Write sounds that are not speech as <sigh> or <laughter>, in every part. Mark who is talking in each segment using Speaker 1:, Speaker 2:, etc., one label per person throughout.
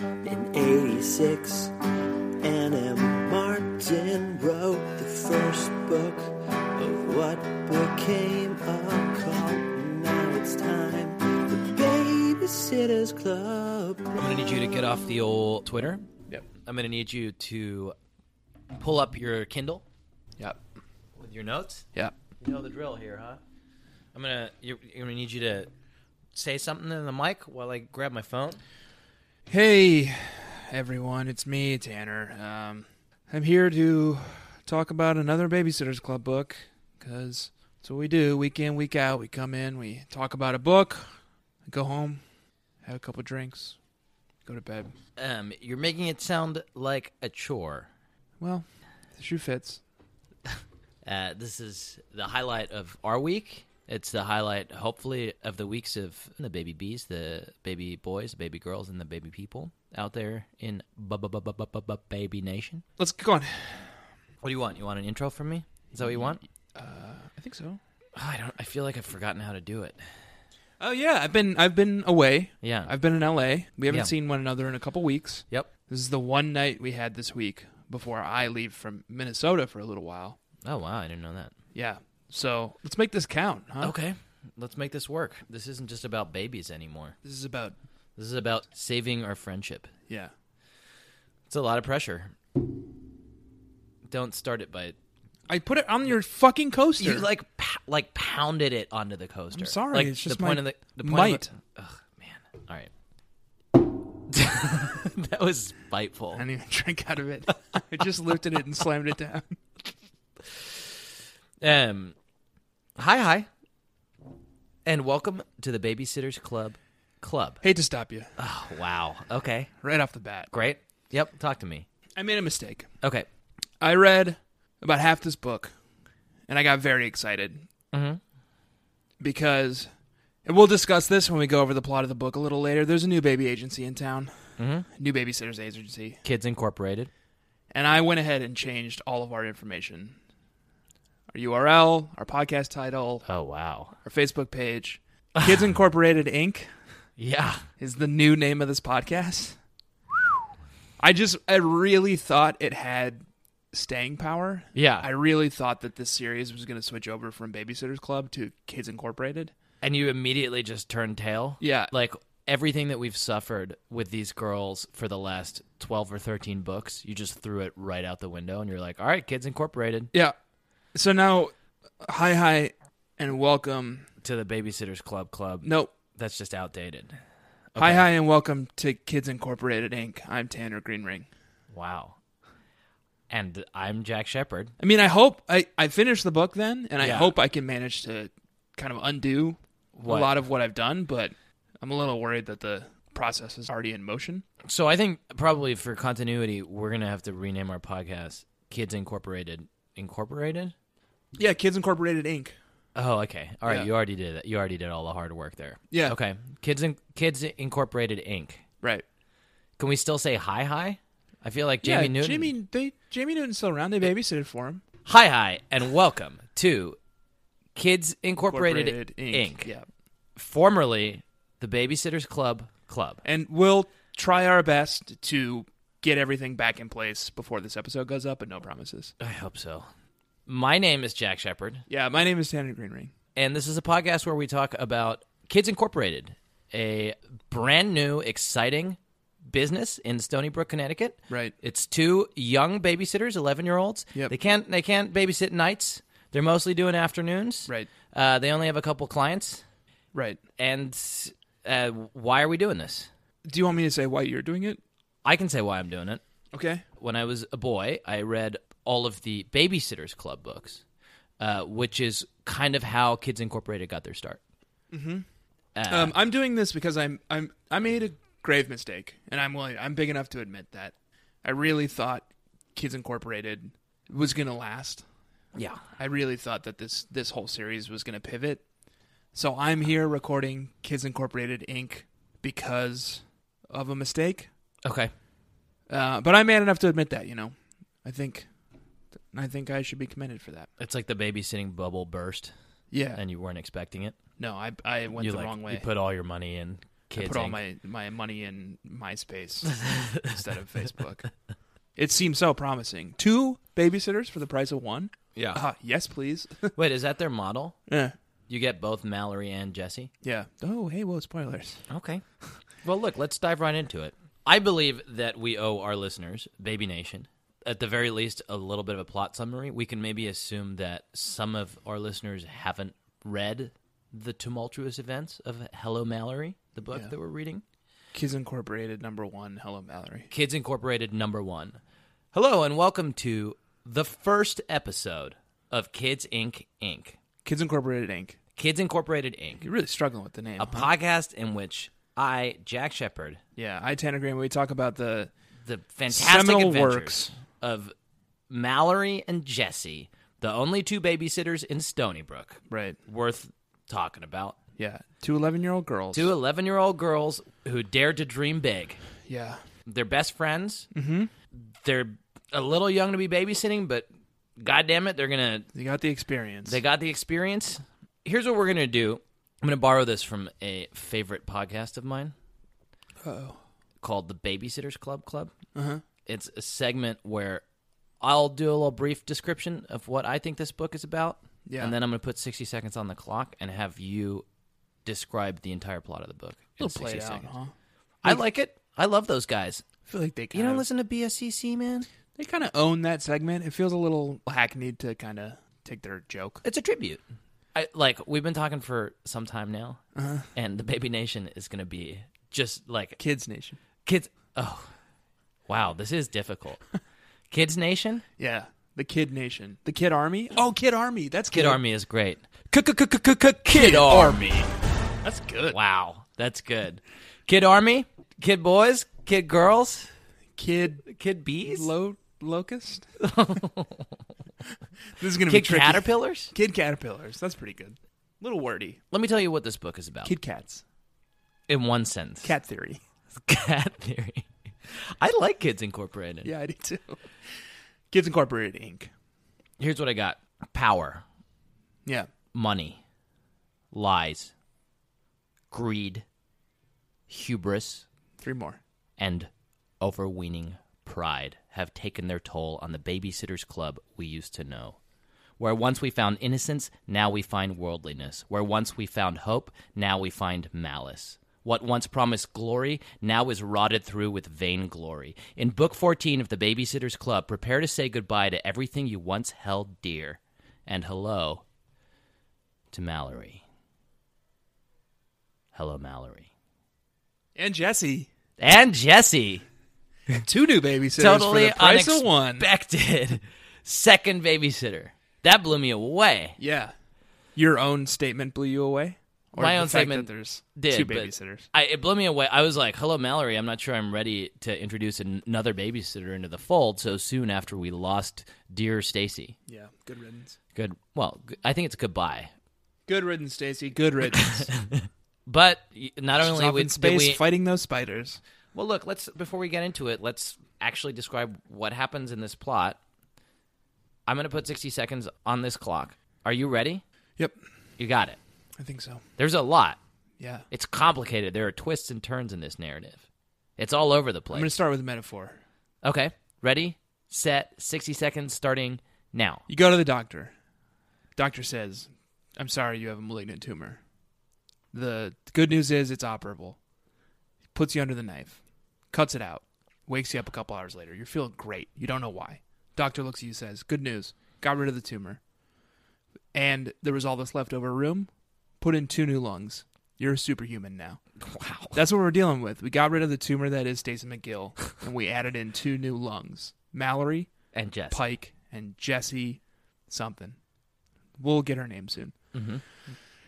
Speaker 1: in 86. Anna Martin wrote the first book of what became a cult. Now it's time, the Babysitter's Club.
Speaker 2: I'm going to need you to get off the old Twitter.
Speaker 3: Yep.
Speaker 2: I'm going to need you to pull up your Kindle
Speaker 3: Yep.
Speaker 2: with your notes.
Speaker 3: Yep.
Speaker 2: You know the drill here, huh? I'm gonna. You're, you're gonna need you to say something in the mic while I grab my phone.
Speaker 3: Hey, everyone, it's me, Tanner. Um, I'm here to talk about another Babysitters Club book because that's what we do week in, week out. We come in, we talk about a book, go home, have a couple drinks, go to bed.
Speaker 2: Um, you're making it sound like a chore.
Speaker 3: Well, the shoe fits.
Speaker 2: Uh, this is the highlight of our week. It's the highlight, hopefully, of the weeks of the baby bees, the baby boys, the baby girls, and the baby people out there in bu- bu- bu- bu- bu- bu- bu- baby nation.
Speaker 3: Let's go on.
Speaker 2: What do you want? You want an intro from me? Is that what you want?
Speaker 3: I think so.
Speaker 2: Mm-hmm. Oh, I don't. I feel like I've forgotten how to do it.
Speaker 3: Oh yeah, I've been I've been away.
Speaker 2: Yeah.
Speaker 3: I've been in LA. We haven't
Speaker 2: Yeah.
Speaker 3: seen one another in a couple weeks.
Speaker 2: Yep.
Speaker 3: This is the one night we had this week before I leave from Minnesota for a little while.
Speaker 2: Oh wow, I didn't know that.
Speaker 3: Yeah. So let's make this count, huh?
Speaker 2: Okay, let's make this work. This isn't just about babies anymore.
Speaker 3: This is about
Speaker 2: This is about saving our friendship.
Speaker 3: yeah.
Speaker 2: It's a lot of pressure. Don't start it by
Speaker 3: I put it on your fucking coaster.
Speaker 2: you like p- like pounded it onto the coaster.
Speaker 3: I'm sorry,
Speaker 2: like,
Speaker 3: it's just
Speaker 2: the point
Speaker 3: my
Speaker 2: of the, the point
Speaker 3: might.
Speaker 2: Of the, ugh, man. All right. <laughs> that was spiteful.
Speaker 3: I didn't even <laughs> drink out of it. I just lifted it and slammed it down. <laughs>
Speaker 2: Um, hi, hi, and welcome to the Babysitters Club. Club.
Speaker 3: Hate to stop you
Speaker 2: Oh, wow. Okay.
Speaker 3: right off the bat.
Speaker 2: Great. Yep. Talk to me.
Speaker 3: I made a mistake.
Speaker 2: Okay.
Speaker 3: I read about half this book, and I got very excited
Speaker 2: Mhm.
Speaker 3: because, and we'll discuss this when we go over the plot of the book a little later. There's a new baby agency in town,
Speaker 2: Mhm.
Speaker 3: new babysitters agency,
Speaker 2: Kids Incorporated.
Speaker 3: and I went ahead and changed all of our information, our URL, our podcast title,
Speaker 2: Oh wow.
Speaker 3: our Facebook page. Kids Incorporated Inc.
Speaker 2: Yeah.
Speaker 3: is the new name of this podcast. I just, I really thought it had staying power.
Speaker 2: Yeah.
Speaker 3: I really thought that this series was going to switch over from Babysitters Club to Kids Incorporated.
Speaker 2: and you immediately just turn tail.
Speaker 3: Yeah.
Speaker 2: Like everything that we've suffered with these girls for the last 12 or 13 books, you just threw it right out the window and you're like, "All right, kids incorporated
Speaker 3: Yeah. So now, hi, hi, and welcome.
Speaker 2: to the babysitters club club."
Speaker 3: No,
Speaker 2: That's just outdated.
Speaker 3: hi, hi, and welcome to Kids Incorporated Inc. I'm Tanner Greenring.
Speaker 2: Wow. And I'm Jack Shepard.
Speaker 3: I mean, I hope I, I finish the book then, and I
Speaker 2: Yeah.
Speaker 3: hope I can manage to kind of undo
Speaker 2: What?
Speaker 3: a lot of what I've done, but I'm a little worried that the process is already in motion.
Speaker 2: So I think probably for continuity, we're going to have to rename our podcast Kids Incorporated Incorporated.
Speaker 3: Yeah, Kids Incorporated Inc.
Speaker 2: Oh, okay. All right,
Speaker 3: Yeah.
Speaker 2: you already did it. You already did all the hard work there.
Speaker 3: Yeah.
Speaker 2: Okay. Kids in- Kids Incorporated Inc.
Speaker 3: Right.
Speaker 2: Can we still say hi hi? I feel like Jamie
Speaker 3: yeah,
Speaker 2: Newton.
Speaker 3: Jamie, they Jamie Newton's still around. They babysitted for him.
Speaker 2: Hi hi, and welcome to Kids Incorporated, Inc.
Speaker 3: Yeah.
Speaker 2: Formerly the Babysitters Club Club.
Speaker 3: And we'll try our best to get everything back in place before this episode goes up, but no promises.
Speaker 2: I hope so. My name is Jack Shepard,
Speaker 3: Yeah, my name is Tanner Greenring.
Speaker 2: and this is a podcast where we talk about Kids Incorporated, a brand new, exciting business in Stony Brook, Connecticut.
Speaker 3: Right.
Speaker 2: It's two young babysitters, eleven year olds.
Speaker 3: Yep.
Speaker 2: They can't they can't babysit nights. They're mostly doing afternoons.
Speaker 3: Right.
Speaker 2: Uh, they only have a couple clients.
Speaker 3: Right.
Speaker 2: And uh, why are we doing this?
Speaker 3: Do you want me to say why you're doing it?
Speaker 2: I can say why I'm doing it.
Speaker 3: Okay.
Speaker 2: When I was a boy, I read all of the Babysitters Club books, uh, which is kind of how Kids Incorporated got their start. Uh,
Speaker 3: Um, I'm doing this because I'm I'm I made a grave mistake, and I'm willing. I'm big enough to admit that. I really thought Kids Incorporated was gonna last.
Speaker 2: yeah.
Speaker 3: I really thought that this this whole series was going to pivot. So I'm here recording Kids Incorporated Inc. because of a mistake.
Speaker 2: Okay.
Speaker 3: Uh, but I'm man enough to admit that, you know. I think I think I should be commended for that.
Speaker 2: It's like the babysitting bubble burst,
Speaker 3: Yeah.
Speaker 2: and you weren't expecting it.
Speaker 3: no, I I went
Speaker 2: you
Speaker 3: the
Speaker 2: like,
Speaker 3: wrong way.
Speaker 2: You put all your money in
Speaker 3: I
Speaker 2: kids.
Speaker 3: put all
Speaker 2: Inc.
Speaker 3: my, my money in
Speaker 2: <laughs>
Speaker 3: MySpace instead of Facebook. It seems so promising. Two babysitters for the price of one?
Speaker 2: yeah.
Speaker 3: Ah, yes, please. <laughs>
Speaker 2: Uh, Wait, is that their model?
Speaker 3: yeah.
Speaker 2: You get both Mallory and Jesse.
Speaker 3: Yeah. Oh, hey, whoa, spoilers.
Speaker 2: Okay. <laughs> Well, look, let's dive right into it. I believe that we owe our listeners, Baby Nation, at the very least, a little bit of a plot summary. We can maybe assume that some of our listeners haven't read the tumultuous events of Hello Mallory, the book
Speaker 3: Yeah.
Speaker 2: that we're reading.
Speaker 3: Kids Incorporated number one. Hello, Mallory.
Speaker 2: Kids Incorporated number one. Hello, and welcome to the first episode of Kids Inc. Inc.
Speaker 3: Kids Incorporated Inc.
Speaker 2: Kids Incorporated Inc.
Speaker 3: You're really struggling with the name.
Speaker 2: A
Speaker 3: huh?
Speaker 2: podcast in which I, Jack Shepard,
Speaker 3: yeah, I Tanner Graham. We talk about the
Speaker 2: the fantastic
Speaker 3: Seminal
Speaker 2: adventures
Speaker 3: works.
Speaker 2: of Mallory and Jesse, the only two babysitters in Stony Brook,
Speaker 3: right.
Speaker 2: worth talking about.
Speaker 3: Yeah, two 11 year old girls.
Speaker 2: Two 11 year old girls who dared to dream big.
Speaker 3: Yeah,
Speaker 2: They're best friends. Mm-hmm. They're a little young to be babysitting, but God damn it, they're gonna
Speaker 3: they got the experience.
Speaker 2: they got the experience. Here's what we're gonna do. I'm gonna borrow this from a favorite podcast of mine.
Speaker 3: Uh-oh. Uh-huh.
Speaker 2: called the Babysitters Club Club. It's a segment where I'll do a little brief description of what I think this book is about,
Speaker 3: Yeah.
Speaker 2: and then I'm going to put 60 seconds on the clock and have you describe the entire plot of the book. in
Speaker 3: They'll play
Speaker 2: 60
Speaker 3: it out,
Speaker 2: seconds.
Speaker 3: huh?
Speaker 2: I like it. I love those guys.
Speaker 3: I feel like they
Speaker 2: You
Speaker 3: kind
Speaker 2: don't
Speaker 3: of
Speaker 2: listen to BSCC, man.
Speaker 3: they kind of own that segment. It feels a little hackneyed to kind of take their joke.
Speaker 2: It's a tribute. I like. We've been talking for some time now, and the Baby Nation is going to be just like
Speaker 3: Kids Nation.
Speaker 2: kids. Oh, wow, this is <laughs> difficult. Kids Nation.
Speaker 3: Yeah, the Kid Nation. The Kid Army. Oh, Kid Army. That's
Speaker 2: Kid
Speaker 3: good.
Speaker 2: Army is great. Kid Army.
Speaker 3: That's good.
Speaker 2: Wow, that's good. Kid Army, Kid Boys, Kid Girls,
Speaker 3: Kid
Speaker 2: Kid Bees,
Speaker 3: Lo <laughs> Locust. this is gonna be
Speaker 2: Kid
Speaker 3: tricky.
Speaker 2: Caterpillars.
Speaker 3: Kid Caterpillars. That's pretty good. Little wordy.
Speaker 2: Let me tell you what this book is about
Speaker 3: Kid Cats.
Speaker 2: in one sentence.
Speaker 3: Cat theory.
Speaker 2: <laughs> Cat theory. I like Kids Incorporated.
Speaker 3: <laughs> Yeah, I do too. Kids Incorporated Inc.
Speaker 2: Here's what I got: power,
Speaker 3: Yeah.
Speaker 2: money, lies, greed, hubris,
Speaker 3: Three more.
Speaker 2: and overweening pride have taken their toll on the babysitters club we used to know. Where once we found innocence, now we find worldliness. Where once we found hope, now we find malice. What once promised glory now is rotted through with vainglory. In Book 14 of The Babysitter's Club, prepare to say goodbye to everything you once held dear. And hello to Mallory. Hello, Mallory.
Speaker 3: And Jesse.
Speaker 2: And Jesse!
Speaker 3: Two new babysitters
Speaker 2: totally
Speaker 3: for the price of one.
Speaker 2: unexpected <laughs> second babysitter. That blew me away.
Speaker 3: Yeah. Your own statement blew you away? Or
Speaker 2: My
Speaker 3: the
Speaker 2: own
Speaker 3: fact
Speaker 2: statement
Speaker 3: that there's
Speaker 2: Did,
Speaker 3: two
Speaker 2: but
Speaker 3: babysitters.
Speaker 2: I, it blew me away. I was like, "Hello, Mallory. I'm not sure I'm ready to introduce an- another babysitter into the fold so soon after we lost dear Stacy."
Speaker 3: Yeah. Good riddance.
Speaker 2: Good. Well, g- I think it's goodbye.
Speaker 3: Good riddance, Stacy. Good <laughs> riddance.
Speaker 2: But y- not
Speaker 3: She's
Speaker 2: only
Speaker 3: off
Speaker 2: we,
Speaker 3: in
Speaker 2: did
Speaker 3: space
Speaker 2: we
Speaker 3: fighting those spiders.
Speaker 2: well, look. Let's before we get into it, let's actually describe what happens in this plot. I'm going to put 60 seconds on this clock. Are you ready?
Speaker 3: Yep.
Speaker 2: You got it.
Speaker 3: I think so.
Speaker 2: There's a lot.
Speaker 3: Yeah.
Speaker 2: It's complicated. There are twists and turns in this narrative. It's all over the
Speaker 3: I'm going to
Speaker 2: place.
Speaker 3: start with a metaphor.
Speaker 2: Okay. Ready, set, 60 seconds starting now.
Speaker 3: You go to the doctor. Doctor says, I'm sorry you have a malignant tumor. The good news is it's operable. Puts you under the knife, cuts it out, wakes you up a couple hours later. You're feeling great. You don't know why. Doctor looks at you says, Good news. Got rid of the tumor. And there was all this leftover room. Put in two new lungs. You're a superhuman now.
Speaker 2: Wow.
Speaker 3: That's what we're dealing with. We got rid of the tumor that is Stacey McGill, and we added in two new lungs. Mallory,
Speaker 2: And Jess.
Speaker 3: Pike and Jesse something. We'll get her name soon.
Speaker 2: Mhm.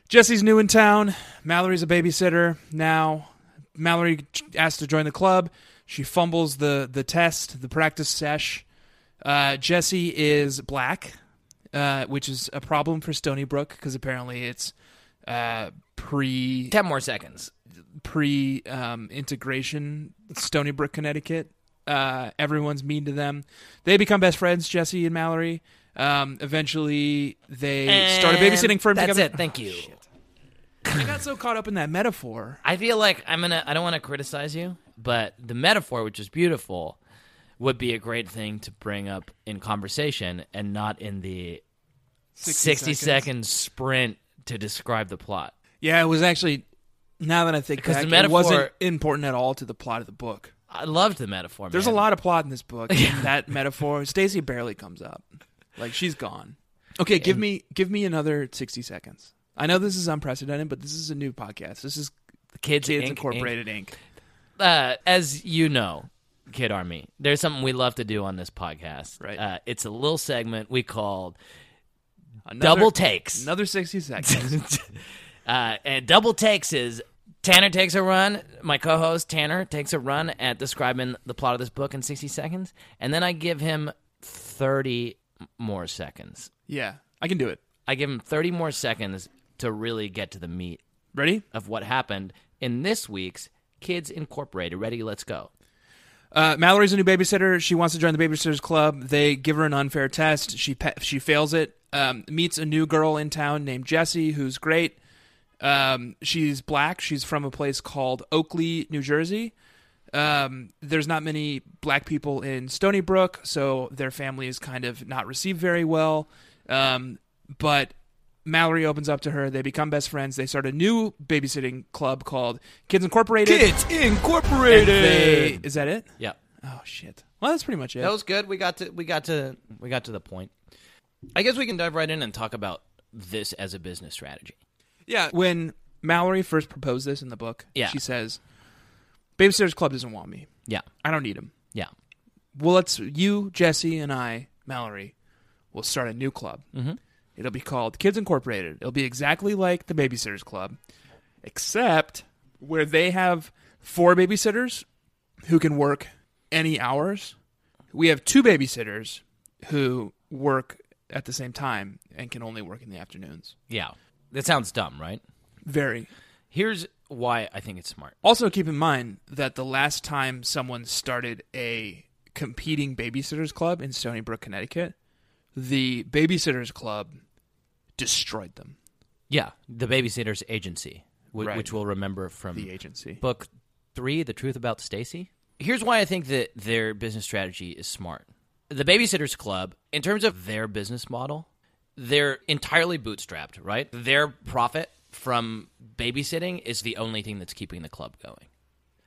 Speaker 3: Jesse's new in town. Mallory's a babysitter now. Mallory asked to join the club. She fumbles the the test, the practice sesh. Uh, Jesse is black, uh, which is a problem for Stony Brook because apparently it's uh, pre
Speaker 2: 10 more seconds.
Speaker 3: pre um, integration Stony Brook, Connecticut. Uh, everyone's mean to them. They become best friends, Jesse and Mallory. Um, eventually, they start a
Speaker 2: And
Speaker 3: babysitting firm
Speaker 2: That's
Speaker 3: <laughs> together.
Speaker 2: it. Thank you.
Speaker 3: I got so caught up in that metaphor.
Speaker 2: I feel like I'm gonna. I don't want to criticize you, but the metaphor, which is beautiful, would be a great thing to bring up in conversation and not in the 60, second sprint to describe the plot.
Speaker 3: Yeah, it was actually. Now that I think
Speaker 2: Because
Speaker 3: back,
Speaker 2: the metaphor-
Speaker 3: it wasn't important at all to the plot of the book.
Speaker 2: I loved the metaphor.
Speaker 3: There's
Speaker 2: man.
Speaker 3: a lot of plot in
Speaker 2: <laughs>
Speaker 3: this book. That metaphor, Stacy barely comes up. Like she's gone. Okay, give me give me another 60 seconds. I know this is unprecedented, but this is a new podcast. This is
Speaker 2: kids,
Speaker 3: Kids
Speaker 2: Inc, Inc.
Speaker 3: Incorporated Inc.
Speaker 2: uh, as you know, Kid Army, there's something we love to do on this podcast.
Speaker 3: Right.
Speaker 2: Uh, it's a little segment we called
Speaker 3: Another-
Speaker 2: Double Takes.
Speaker 3: Another
Speaker 2: <laughs>
Speaker 3: 60 seconds.
Speaker 2: uh, and Double Takes is Tanner takes a run. My co host, Tanner, takes a run at describing the plot of this book in 60 seconds. And then I give him 30 more seconds.
Speaker 3: yeah, I can do it.
Speaker 2: I give him 30 more seconds to really get to the meat
Speaker 3: Ready?
Speaker 2: of what happened in this week's Kids Incorporated. Ready, let's go.
Speaker 3: Uh, Mallory's a new babysitter. She wants to join the babysitters club. They give her an unfair test. She pa- she fails it. Um, meets a new girl in town named Jessie, who's great. Um, she's black. She's from a place called Oakley, New Jersey. Um, there's not many black people in Stony Brook, so their family is kind of not received very well. Um, but Mallory opens up to her. They become best friends. They start a new babysitting club called Kids Incorporated.
Speaker 1: Incorporated.
Speaker 3: They- is that it?
Speaker 2: Yeah.
Speaker 3: Oh shit. Well, that's pretty much it.
Speaker 2: That was good. We got to we got to we got to the point. I guess we can dive right in and talk about this as a business strategy.
Speaker 3: yeah. When Mallory first proposed this in the book,
Speaker 2: Yeah.
Speaker 3: she says, "Babysitter's Club doesn't want me.
Speaker 2: Yeah.
Speaker 3: I don't need him.
Speaker 2: Yeah.
Speaker 3: Well, let's you, Jesse, and I, Mallory, will start a new club. Mm-hmm. It'll be called Kids Incorporated. It'll be exactly like the Babysitters Club, except where they have four babysitters who can work any hours. We have two babysitters who work at the same time and can only work in the afternoons.
Speaker 2: Yeah. That sounds dumb, right?
Speaker 3: Very.
Speaker 2: Here's why I think it's smart.
Speaker 3: Also, keep in mind that the last time someone started a competing babysitters club in Stony Brook, Connecticut, the babysitters club destroyed them.
Speaker 2: Yeah, the babysitters agency, wh-
Speaker 3: Right.
Speaker 2: which we'll remember from
Speaker 3: The agency.
Speaker 2: book 3, The Truth About Stacy. Here's why I think that their business strategy is smart. The babysitters club, in terms of their business model, they're entirely bootstrapped, right? Their profit from babysitting is the only thing that's keeping the club going.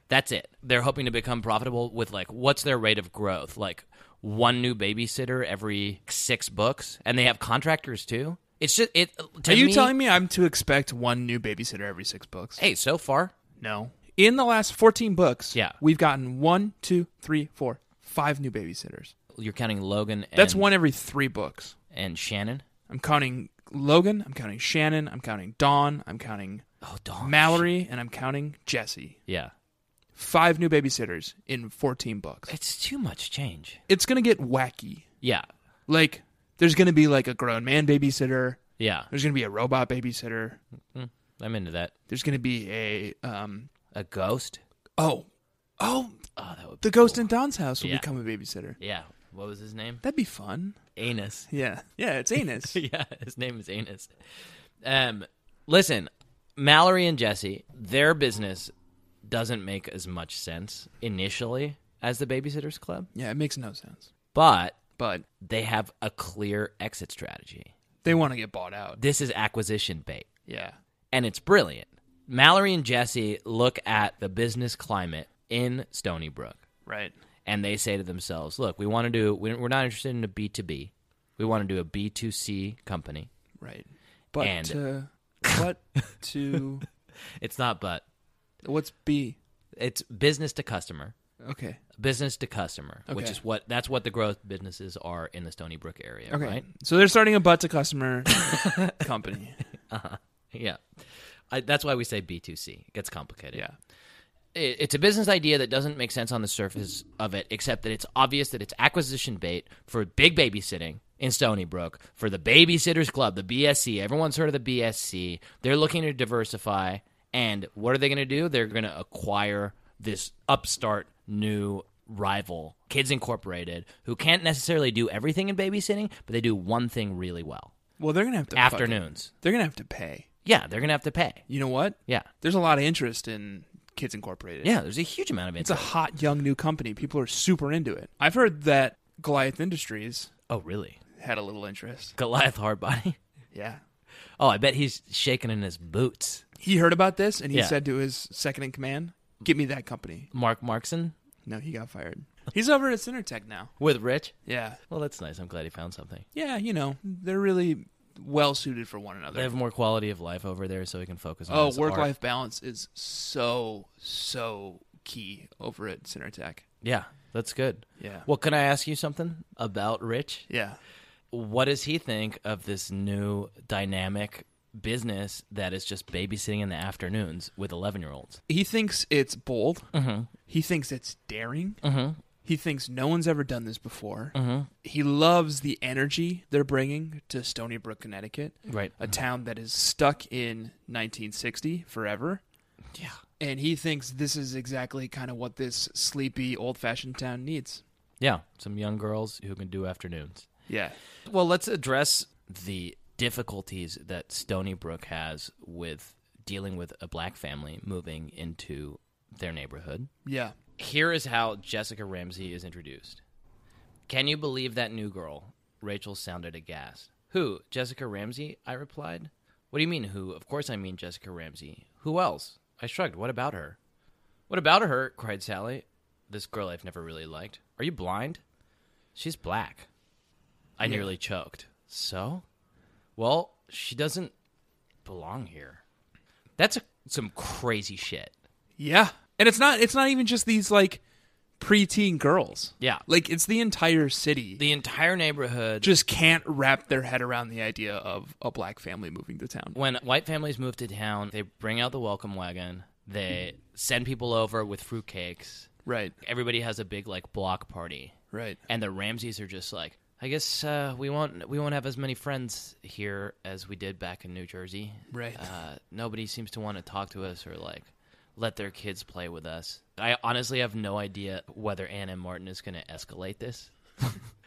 Speaker 2: That's it. They're hoping to become profitable with like what's their rate of growth? Like one new babysitter every 6 books and they have contractors too. It's just it to
Speaker 3: Are you
Speaker 2: me-
Speaker 3: telling me I'm to expect one new babysitter every six books?
Speaker 2: Hey, so far,
Speaker 3: No. In the last 14 books,
Speaker 2: Yeah.
Speaker 3: we've gotten one, two, three, four, five new babysitters.
Speaker 2: you're counting Logan. And,
Speaker 3: That's one every three books.
Speaker 2: And Shannon.
Speaker 3: I'm counting Logan, I'm counting Shannon, I'm counting Dawn, I'm counting
Speaker 2: Oh, dog.
Speaker 3: Mallory, and I'm counting Jesse.
Speaker 2: yeah,
Speaker 3: five new babysitters in 14 books.
Speaker 2: it's too much change.
Speaker 3: It's going to get wacky.
Speaker 2: Yeah,
Speaker 3: Like, there's going to be like a grown man babysitter.
Speaker 2: yeah. Mm,
Speaker 3: There's going to be a robot babysitter.
Speaker 2: I'm into that.
Speaker 3: There's going to be a, um,
Speaker 2: A ghost.
Speaker 3: oh, oh,
Speaker 2: Oh, that would.
Speaker 3: the ghost in Don's house will
Speaker 2: Yeah.
Speaker 3: become a babysitter.
Speaker 2: yeah. What was his name?
Speaker 3: That'd be fun.
Speaker 2: Anus.
Speaker 3: Yeah. Yeah, it's
Speaker 2: <laughs>
Speaker 3: anus.
Speaker 2: yeah, his name is Anus. Um, listen, Mallory and Jesse, their business doesn't make as much sense initially as the Babysitters Club,
Speaker 3: <laughs> yeah, it makes no sense.
Speaker 2: but
Speaker 3: But
Speaker 2: they have a clear exit strategy.
Speaker 3: they want to get bought out.
Speaker 2: This is acquisition bait.
Speaker 3: Yeah.
Speaker 2: and it's brilliant. Mallory and Jesse look at the business climate in Stony Brook
Speaker 3: Right.
Speaker 2: and they say to themselves, look, we want to do, we- we're not interested in a B2B. We want to do a B2C company.
Speaker 3: Right. But
Speaker 2: And-
Speaker 3: <laughs> to, what to,
Speaker 2: It's not but,
Speaker 3: what's B?
Speaker 2: it's business to customer.
Speaker 3: Okay.
Speaker 2: Business to customer, which
Speaker 3: Okay.
Speaker 2: is what that's what the growth businesses are in the Stony Brook area,
Speaker 3: Okay.
Speaker 2: right?
Speaker 3: So they're starting a butt to customer company.
Speaker 2: Yeah, I, that's why we say B two C. It gets complicated.
Speaker 3: <laughs> Yeah.
Speaker 2: it, it's a business idea that doesn't make sense on the surface of it, except that it's obvious that it's acquisition bait for big babysitting in Stony Brook for the Babysitters Club, the BSC. Everyone's heard of the BSC. They're looking to diversify, and what are they going to do? They're going to acquire this upstart new rival, Kids Incorporated, who can't necessarily do everything in babysitting, but they do one thing really well:
Speaker 3: Well, they're gonna have to fucking-
Speaker 2: afternoons.
Speaker 3: they're gonna have to pay.
Speaker 2: Yeah, they're gonna have to pay.
Speaker 3: You know what?
Speaker 2: Yeah,
Speaker 3: There's a lot of interest in Kids Incorporated.
Speaker 2: yeah. There's a huge amount of
Speaker 3: It's a
Speaker 2: interest.
Speaker 3: hot, young, new company. People are super into it. I've heard that Goliath Industries
Speaker 2: oh, really?
Speaker 3: had a little interest.
Speaker 2: Goliath Hardbody.
Speaker 3: Yeah.
Speaker 2: Oh, I bet he's shaking in his boots.
Speaker 3: He heard about this and he
Speaker 2: Yeah.
Speaker 3: said to his second in command, Give me that company.
Speaker 2: Mark Markson
Speaker 3: No, he got fired. He's over at Cinertech now.
Speaker 2: with Rich.
Speaker 3: Yeah.
Speaker 2: Well, that's nice. I'm glad he found something.
Speaker 3: Yeah, you know, they're really well suited for one another.
Speaker 2: They have more quality of life over there, so he can focus on.
Speaker 3: oh,
Speaker 2: his
Speaker 3: work
Speaker 2: art.
Speaker 3: life balance is so, so key over at Cinertech.
Speaker 2: Yeah, that's good.
Speaker 3: Yeah.
Speaker 2: Well, can I ask you something about Rich?
Speaker 3: Yeah.
Speaker 2: What does he think of this new dynamic business that is just babysitting in the afternoons with 11 year olds?
Speaker 3: He thinks it's bold.
Speaker 2: Mm
Speaker 3: He thinks it's daring.
Speaker 2: hmm. Mm
Speaker 3: He thinks no one's ever done this before.
Speaker 2: hmm. Mm
Speaker 3: He loves the energy they're bringing to Stony Brook, Connecticut,
Speaker 2: hmm. Right.
Speaker 3: a town that is stuck in 1960 forever.
Speaker 2: Yeah.
Speaker 3: And he thinks this is exactly kind of what this sleepy, old fashioned town needs.
Speaker 2: Yeah. Some young girls who can do afternoons.
Speaker 3: Yeah.
Speaker 2: Well, let's address the difficulties that Stony Brook has with dealing with a black family moving into their neighborhood.
Speaker 3: Yeah.
Speaker 2: Here is how Jessica Ramsey is introduced. Can you believe that new girl? Rachel sounded aghast. Who? Jessica Ramsey? I replied. What do you mean, who? Of course I mean Jessica Ramsey. Who else? I shrugged. What about her? What about her? cried Sally. This girl I've never really liked. Are you blind? She's black. I nearly choked. So? Well, she doesn't belong here. That's a, some crazy shit.
Speaker 3: Yeah. And it's not it's not even just these like preteen girls.
Speaker 2: Yeah.
Speaker 3: Like it's the entire city
Speaker 2: The entire neighborhood
Speaker 3: just can't wrap their head around the idea of a black family moving to town.
Speaker 2: when white families move to town, they bring out the welcome wagon. They send people over with fruitcakes.
Speaker 3: Right.
Speaker 2: Everybody has a big like block party,
Speaker 3: Right.
Speaker 2: and the Ramses are just like, I guess uh, we won't we won't have as many friends here as we did back in New Jersey.
Speaker 3: Right.
Speaker 2: Uh, nobody seems to want to talk to us or like let their kids play with us. I honestly have no idea whether Anna Martin is going to escalate this.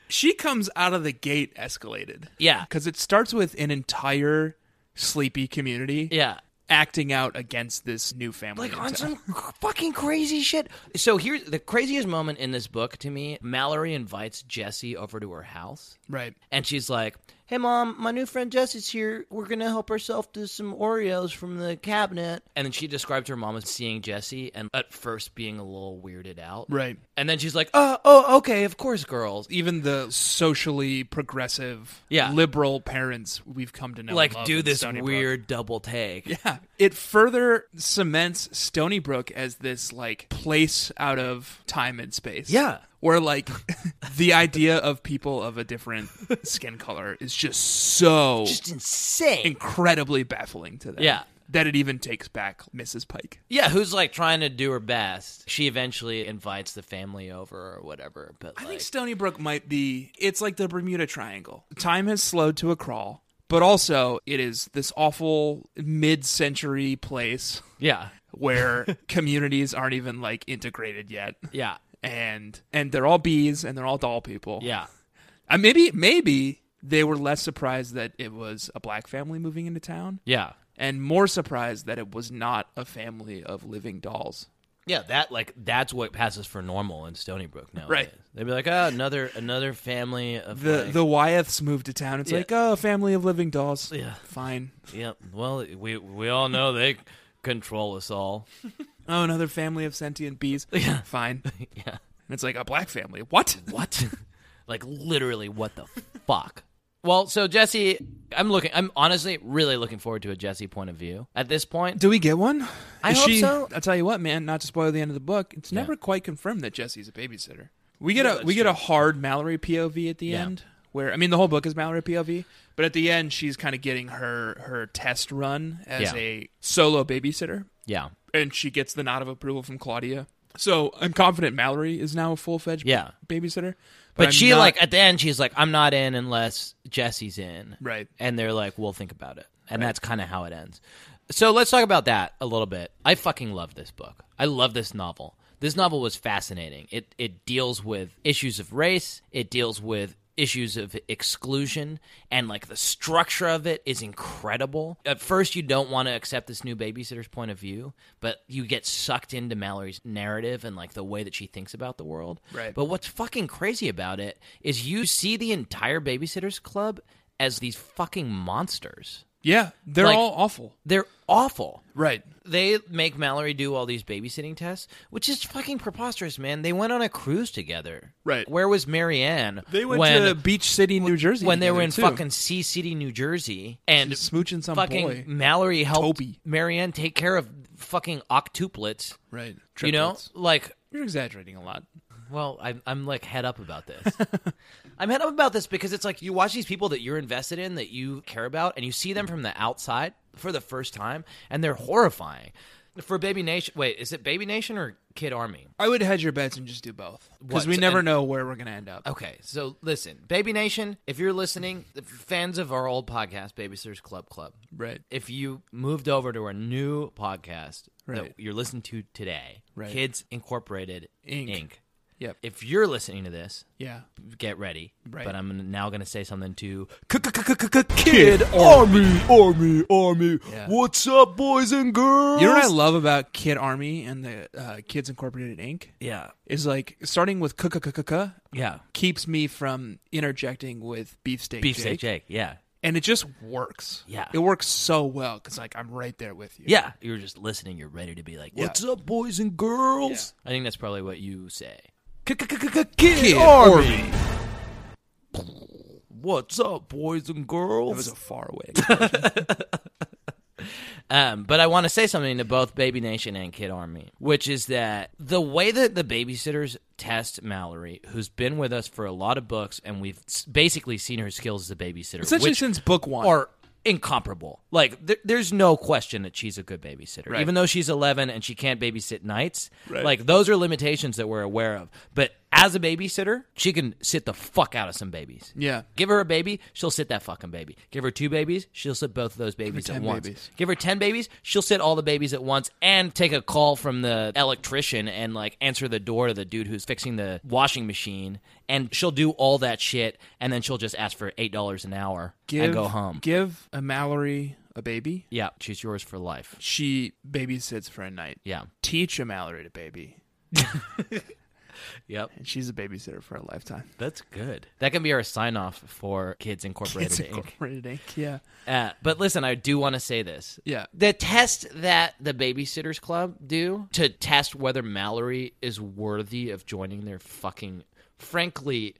Speaker 3: She comes out of the gate escalated.
Speaker 2: Yeah.
Speaker 3: Because it starts with an entire sleepy community
Speaker 2: Yeah.
Speaker 3: acting out against this new family.
Speaker 2: like
Speaker 3: in
Speaker 2: on
Speaker 3: town.
Speaker 2: some <laughs> fucking crazy shit. So here's the craziest moment in this book to me. Mallory invites Jesse over to her house,
Speaker 3: Right.
Speaker 2: and she's like, "Hey, mom, my new friend Jesse's here. We're gonna help ourselves to some Oreos from the cabinet." And then she describes her mom as seeing Jesse, and at first being a little weirded out,
Speaker 3: Right.
Speaker 2: And then she's like, "Oh, oh, okay, of course, girls."
Speaker 3: Even the socially progressive,
Speaker 2: Yeah.
Speaker 3: liberal parents we've come to know, and
Speaker 2: Like
Speaker 3: love
Speaker 2: do
Speaker 3: in
Speaker 2: this
Speaker 3: Stony Brook.
Speaker 2: weird double take.
Speaker 3: Yeah, it further cements Stony Brook as this like place out of time and space.
Speaker 2: Yeah.
Speaker 3: Where like <laughs> the idea of people of a different skin color is just so
Speaker 2: Just insane.
Speaker 3: incredibly baffling to them.
Speaker 2: Yeah.
Speaker 3: That it even takes back Mrs. Pike.
Speaker 2: Yeah, who's like trying to do her best. She eventually invites the family over or whatever. But
Speaker 3: I
Speaker 2: like,
Speaker 3: think Stony Brook might be it's like the Bermuda Triangle. Time has slowed to a crawl, but also it is this awful mid-century place
Speaker 2: yeah, <laughs>
Speaker 3: where communities aren't even like integrated yet.
Speaker 2: yeah,
Speaker 3: and and they're all bees and they're all doll people.
Speaker 2: yeah,
Speaker 3: Uh, maybe maybe they were less surprised that it was a black family moving into town
Speaker 2: yeah,
Speaker 3: and more surprised that it was not a family of living dolls.
Speaker 2: yeah. That like that's what passes for normal in Stony Brook now.
Speaker 3: Right.
Speaker 2: They'd be like, oh, another another family of
Speaker 3: The
Speaker 2: like-
Speaker 3: the Wyeths moved to town. It's
Speaker 2: Yeah.
Speaker 3: like, "Oh, a family of living dolls."
Speaker 2: Yeah.
Speaker 3: Fine.
Speaker 2: yeah. Well, we we all know they control us all. <laughs>
Speaker 3: Oh, another family of sentient bees.
Speaker 2: Yeah.
Speaker 3: Fine. And
Speaker 2: yeah.
Speaker 3: it's like a black family. What?
Speaker 2: What? <laughs> like literally, what the fuck? Well, so Jesse, I'm looking. I'm honestly really looking forward to a Jesse point of view at this point.
Speaker 3: Do we get one?
Speaker 2: I
Speaker 3: Is
Speaker 2: hope
Speaker 3: she-
Speaker 2: so.
Speaker 3: I'll tell you what, man. Not to spoil the end of the book, it's never quite confirmed that Jesse's a babysitter. We get
Speaker 2: Yeah,
Speaker 3: a
Speaker 2: that's
Speaker 3: we get a
Speaker 2: true.
Speaker 3: hard Mallory POV at the
Speaker 2: Yeah.
Speaker 3: end, where I mean the whole book is Mallory POV, but at the end she's kind of getting her her test run as
Speaker 2: Yeah.
Speaker 3: a solo babysitter,
Speaker 2: Yeah,
Speaker 3: and she gets the nod of approval from Claudia. So I'm confident Mallory is now a full fledged
Speaker 2: yeah.
Speaker 3: babysitter,
Speaker 2: But
Speaker 3: I'm
Speaker 2: she
Speaker 3: not-
Speaker 2: like at the end, she's like, "I'm not in unless Jesse's in."
Speaker 3: Right.
Speaker 2: And they're like, "We'll think about it," and that's kind of how it ends. So let's talk about that a little bit. I fucking love this book. I love this novel. This novel was fascinating. It it deals with issues of race. It deals with issues of exclusion and like the structure of it is incredible. At first you don't want to accept this new babysitter's point of view, but you get sucked into Mallory's narrative and like the way that she thinks about the world.
Speaker 3: Right.
Speaker 2: But what's fucking crazy about it is you see the entire babysitters club as these fucking monsters.
Speaker 3: Yeah, they're
Speaker 2: Like-
Speaker 3: all awful.
Speaker 2: They're awful
Speaker 3: Right.
Speaker 2: they make Mallory do all these babysitting tests, which is fucking preposterous, man. They went on a cruise together.
Speaker 3: Right.
Speaker 2: Where was Marianne?
Speaker 3: They went
Speaker 2: when,
Speaker 3: to Beach City, New Jersey.
Speaker 2: when they were in
Speaker 3: together, too.
Speaker 2: fucking Sea City, New Jersey, and
Speaker 3: She's smooching some
Speaker 2: fucking
Speaker 3: boy.
Speaker 2: Mallory helped
Speaker 3: Toby.
Speaker 2: Marianne take care of fucking octuplets.
Speaker 3: Right.
Speaker 2: You know,
Speaker 3: Triplets.
Speaker 2: like
Speaker 3: You're exaggerating a lot.
Speaker 2: well, I'm I'm like head up about
Speaker 3: <laughs>
Speaker 2: this. I'm head up about this because it's like you watch these people that you're invested in, that you care about, and you see them from the outside for the first time, and they're horrifying. For Baby Nation, wait, is it Baby Nation or Kid Army?
Speaker 3: I would hedge your bets and just do both because
Speaker 2: What?
Speaker 3: we never
Speaker 2: And-
Speaker 3: know where we're gonna end up.
Speaker 2: Okay, so listen, Baby Nation, if you're listening, the fans of our old podcast, Babysitters Club Club,
Speaker 3: Right.
Speaker 2: if you moved over to our new podcast
Speaker 3: Right.
Speaker 2: that you're listening to today,
Speaker 3: Right.
Speaker 2: Kids Incorporated
Speaker 3: Inc.
Speaker 2: Inc.
Speaker 3: Yep.
Speaker 2: If you're listening to this,
Speaker 3: Yeah.
Speaker 2: get ready.
Speaker 3: Right.
Speaker 2: But I'm now going to say something to Kid Army, Army, Army.
Speaker 3: Yeah.
Speaker 2: What's up, boys and girls?
Speaker 3: You know what I love about Kid Army and the uh, Kids Incorporated Inc.
Speaker 2: Yeah,
Speaker 3: is like starting with kuka
Speaker 2: yeah.
Speaker 3: keeps me from interjecting with beefsteak.
Speaker 2: Beefsteak
Speaker 3: Jake,
Speaker 2: Jake. Yeah,
Speaker 3: and it just works.
Speaker 2: Yeah.
Speaker 3: it works so well because like I'm right there with you.
Speaker 2: yeah. You're just listening. You're ready to be like, "What's up, boys and girls?" I think that's probably what you say. Kid
Speaker 3: Army.
Speaker 2: What's up, boys and
Speaker 3: That was
Speaker 2: girls?
Speaker 3: a far away.
Speaker 2: Um, but I want to say something to both Baby Nation and Kid Army, which is that the way that the babysitters test Mallory, who's been with us for a lot of books, and we've s- basically seen her skills as a babysitter,
Speaker 3: <laughs> Essentially,
Speaker 2: which
Speaker 3: since book one,
Speaker 2: are incomparable. Like, there, there's no question that she's a good babysitter,
Speaker 3: Right.
Speaker 2: even though she's 11 and she can't babysit nights.
Speaker 3: Right.
Speaker 2: Like, those are limitations that we're aware of. But as a babysitter, she can sit the fuck out of some babies.
Speaker 3: yeah,
Speaker 2: Give her a baby, she'll sit that fucking baby. Give her two babies, she'll sit both of those babies at
Speaker 3: 10
Speaker 2: once.
Speaker 3: babies.
Speaker 2: Give her 10 babies, she'll sit all the babies at once and take a call from the electrician and like answer the door to the dude who's fixing the washing machine and she'll do all that shit and then she'll just ask for $8 an hour
Speaker 3: give
Speaker 2: and go home.
Speaker 3: Give a Mallory a baby.
Speaker 2: yeah, she's yours for life.
Speaker 3: She babysits for a night.
Speaker 2: Yeah.
Speaker 3: Teach a Mallory to baby,
Speaker 2: Yep.
Speaker 3: and she's a babysitter for a lifetime.
Speaker 2: That's good. That can be our sign off for Kids Incorporated.
Speaker 3: It's
Speaker 2: Inc.
Speaker 3: incorporated ink. Yeah,
Speaker 2: Uh, but listen, I do want to say this.
Speaker 3: Yeah.
Speaker 2: The test that the Babysitters Club do to test whether Mallory is worthy of joining their fucking, frankly,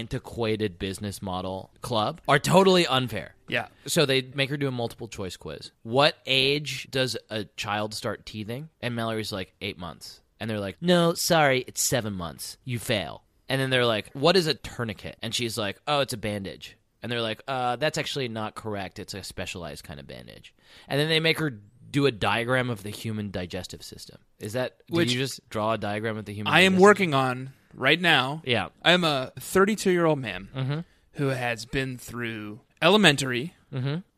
Speaker 2: antiquated business model club are totally unfair.
Speaker 3: yeah.
Speaker 2: So they make her do a multiple choice quiz. What age does a child start teething? And Mallory's like, eight months. And they're like, no, sorry, it's seven months. You fail. And then they're like, what is a tourniquet? And she's like, oh, it's a bandage. And they're like, uh, that's actually not correct. It's a specialized kind of bandage. And then they make her do a diagram of the human digestive system. Is that, did
Speaker 3: Which-
Speaker 2: you just draw a diagram of the human
Speaker 3: I am
Speaker 2: digestive-
Speaker 3: working on right now.
Speaker 2: Yeah.
Speaker 3: I am a 32 year old man who has been through elementary,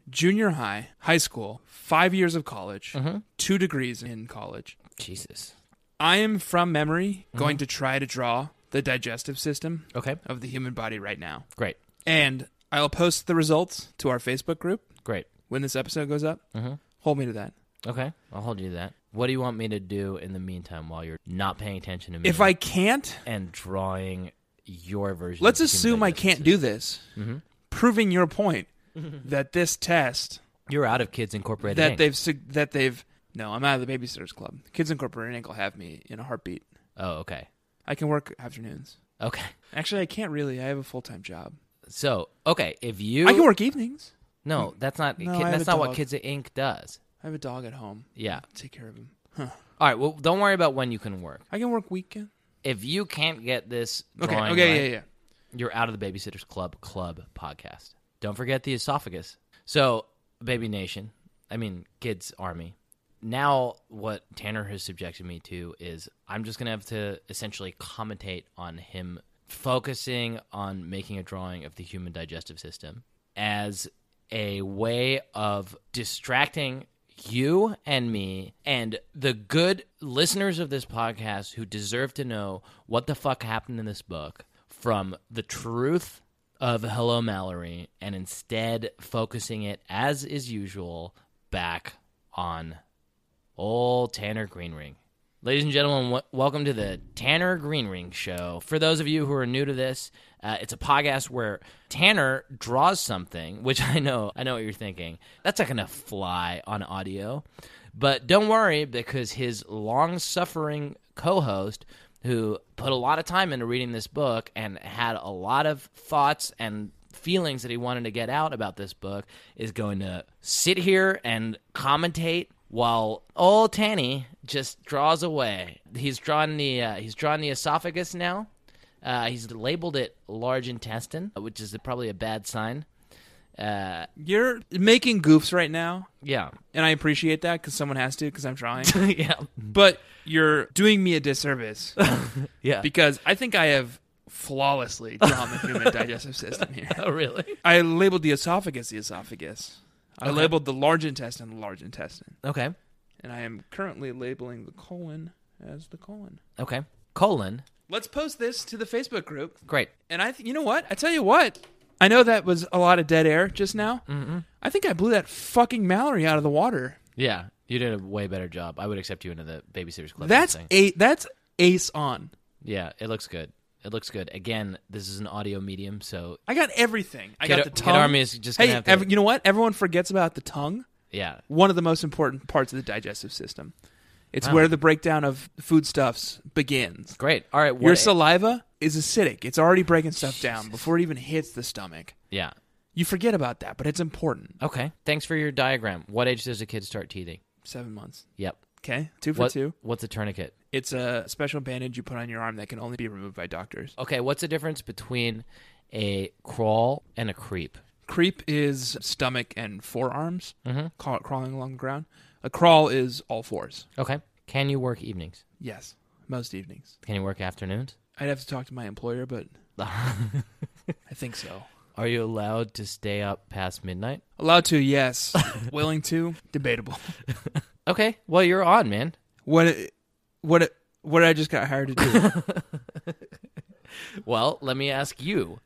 Speaker 3: junior high, high school, five years of college, two degrees in college.
Speaker 2: Jesus.
Speaker 3: I am from memory going to try to draw the digestive system
Speaker 2: Okay.
Speaker 3: of the human body right now.
Speaker 2: Great.
Speaker 3: And I'll post the results to our Facebook group
Speaker 2: Great.
Speaker 3: when this episode goes up. Hold me to that.
Speaker 2: Okay, I'll hold you to that. What do you want me to do in the meantime while you're not paying attention to me?
Speaker 3: If I can't,
Speaker 2: and drawing your version.
Speaker 3: let's
Speaker 2: of human
Speaker 3: assume I
Speaker 2: digestive
Speaker 3: can't do this,
Speaker 2: Mm-hmm.
Speaker 3: proving your point that this test
Speaker 2: system. You're out of Kids Incorporated.
Speaker 3: that
Speaker 2: Inc.
Speaker 3: they've sug- that they've no, I'm out of the babysitters club. Kids Incorporated Inc. will have me in a heartbeat.
Speaker 2: Oh, okay,
Speaker 3: I can work afternoons.
Speaker 2: okay.
Speaker 3: Actually, I can't really. I have a full time job.
Speaker 2: So, okay, if you
Speaker 3: I can work evenings.
Speaker 2: No, that's not.
Speaker 3: No,
Speaker 2: kid,
Speaker 3: I have
Speaker 2: that's
Speaker 3: a
Speaker 2: not what
Speaker 3: dog.
Speaker 2: Kids Inc. does.
Speaker 3: I have a dog at home.
Speaker 2: Yeah.
Speaker 3: I'll take care of him. Huh.
Speaker 2: All right. Well, don't worry about when you can work.
Speaker 3: I can work weekend.
Speaker 2: If you can't get this
Speaker 3: Okay.
Speaker 2: drawing
Speaker 3: okay.
Speaker 2: right,
Speaker 3: Yeah. Yeah.
Speaker 2: you're out of the Babysitters Club Club podcast. Don't forget the esophagus. So, Baby Nation, I mean, Kids Army. Now, what Tanner has subjected me to is I'm just going to have to essentially commentate on him focusing on making a drawing of the human digestive system as a way of distracting you and me and the good listeners of this podcast who deserve to know what the fuck happened in this book from the truth of Hello Mallory and instead focusing it, as is usual, back on old Tanner Greenring. Ladies and gentlemen, w- welcome to the Tanner Greenring Show. For those of you who are new to this, uh, it's a podcast where Tanner draws something, which <laughs> I know, I know what you're thinking. That's not going to fly on audio, but don't worry because his long-suffering co-host, who put a lot of time into reading this book and had a lot of thoughts and feelings that he wanted to get out about this book, is going to sit here and commentate while old Tanny just draws away. He's drawn the uh, he's drawn the esophagus now. Uh, he's labeled it large intestine, which is probably a bad sign. Uh,
Speaker 3: You're making goofs right now,
Speaker 2: yeah, <laughs>
Speaker 3: and I appreciate that because someone has to because I'm trying.
Speaker 2: yeah,
Speaker 3: but you're doing me a disservice
Speaker 2: yeah.
Speaker 3: because I think I have flawlessly drawn the human digestive system here.
Speaker 2: <laughs> oh, really?
Speaker 3: I labeled the esophagus the esophagus. I
Speaker 2: Okay.
Speaker 3: labeled the large intestine the large intestine,
Speaker 2: Okay,
Speaker 3: and I am currently labeling the colon as the colon.
Speaker 2: okay. Colon.
Speaker 3: Let's post this to the Facebook group.
Speaker 2: Great.
Speaker 3: And I, th- you know what? I tell you what. I know that was a lot of dead air just now. Mm-hmm. I think I blew that fucking Mallory out of the water.
Speaker 2: Yeah, you did a way better job. I would accept you into the babysitters club.
Speaker 3: That's
Speaker 2: thing.
Speaker 3: a that's ace on.
Speaker 2: yeah. It looks good. It looks good. Again, this is an audio medium, so
Speaker 3: I got everything. I
Speaker 2: Kid-
Speaker 3: got the
Speaker 2: Kid
Speaker 3: tongue.
Speaker 2: Army is just gonna
Speaker 3: hey,
Speaker 2: have to-
Speaker 3: ev- you know what? Everyone forgets about the tongue.
Speaker 2: yeah,
Speaker 3: One of the most important parts of the digestive system. It's where the breakdown of foodstuffs begins.
Speaker 2: great. All right, what
Speaker 3: Your
Speaker 2: a-
Speaker 3: saliva is acidic. It's already breaking stuff down before it even hits the stomach.
Speaker 2: yeah.
Speaker 3: You forget about that, but it's important.
Speaker 2: Okay. Thanks for your diagram. What age does a kid start teething?
Speaker 3: Seven months.
Speaker 2: Yep.
Speaker 3: Okay, two for
Speaker 2: What,
Speaker 3: two.
Speaker 2: What's a tourniquet?
Speaker 3: It's a special bandage you put on your arm that can only be removed by doctors.
Speaker 2: Okay, what's the difference between a crawl and a creep?
Speaker 3: Creep is stomach and forearms, ca- crawling along the ground. A crawl is all fours.
Speaker 2: Okay. Can you work evenings?
Speaker 3: Yes, most evenings.
Speaker 2: Can you work afternoons?
Speaker 3: I'd have to talk to my employer, but I think so.
Speaker 2: Are you allowed to stay up past midnight?
Speaker 3: Allowed
Speaker 2: <laughs>
Speaker 3: to, yes. Willing to, debatable.
Speaker 2: Okay. Well, you're on, man.
Speaker 3: What? It, what? It, what I just got hired to
Speaker 2: <laughs>
Speaker 3: do?
Speaker 2: Well, let me ask you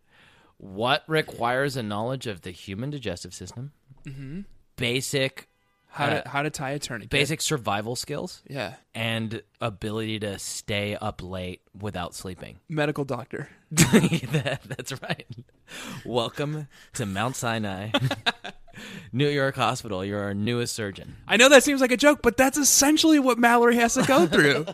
Speaker 2: what requires a knowledge of the human digestive system? Mm-hmm. Basic,
Speaker 3: How to how to tie a tourniquet?
Speaker 2: basic survival skills
Speaker 3: Yeah,
Speaker 2: and ability to stay up late without sleeping. <laughs>
Speaker 3: medical doctor.
Speaker 2: that, that's right. Welcome to Mount Sinai, New York Hospital. You're our newest surgeon.
Speaker 3: I know that seems like a joke, but that's essentially what Mallory has to
Speaker 2: <laughs>
Speaker 3: go through.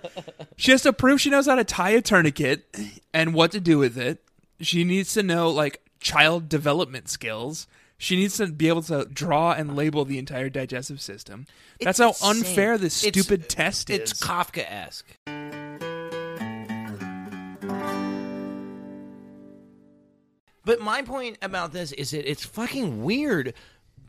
Speaker 3: she has to prove she knows how to tie a tourniquet and what to do with it. She needs to know like child development skills. She needs to be able to draw and label the entire digestive system. That's how
Speaker 2: It's insane.
Speaker 3: unfair this
Speaker 2: It's-
Speaker 3: stupid test is.
Speaker 2: It's Kafka esque. But my point about this is that it's fucking weird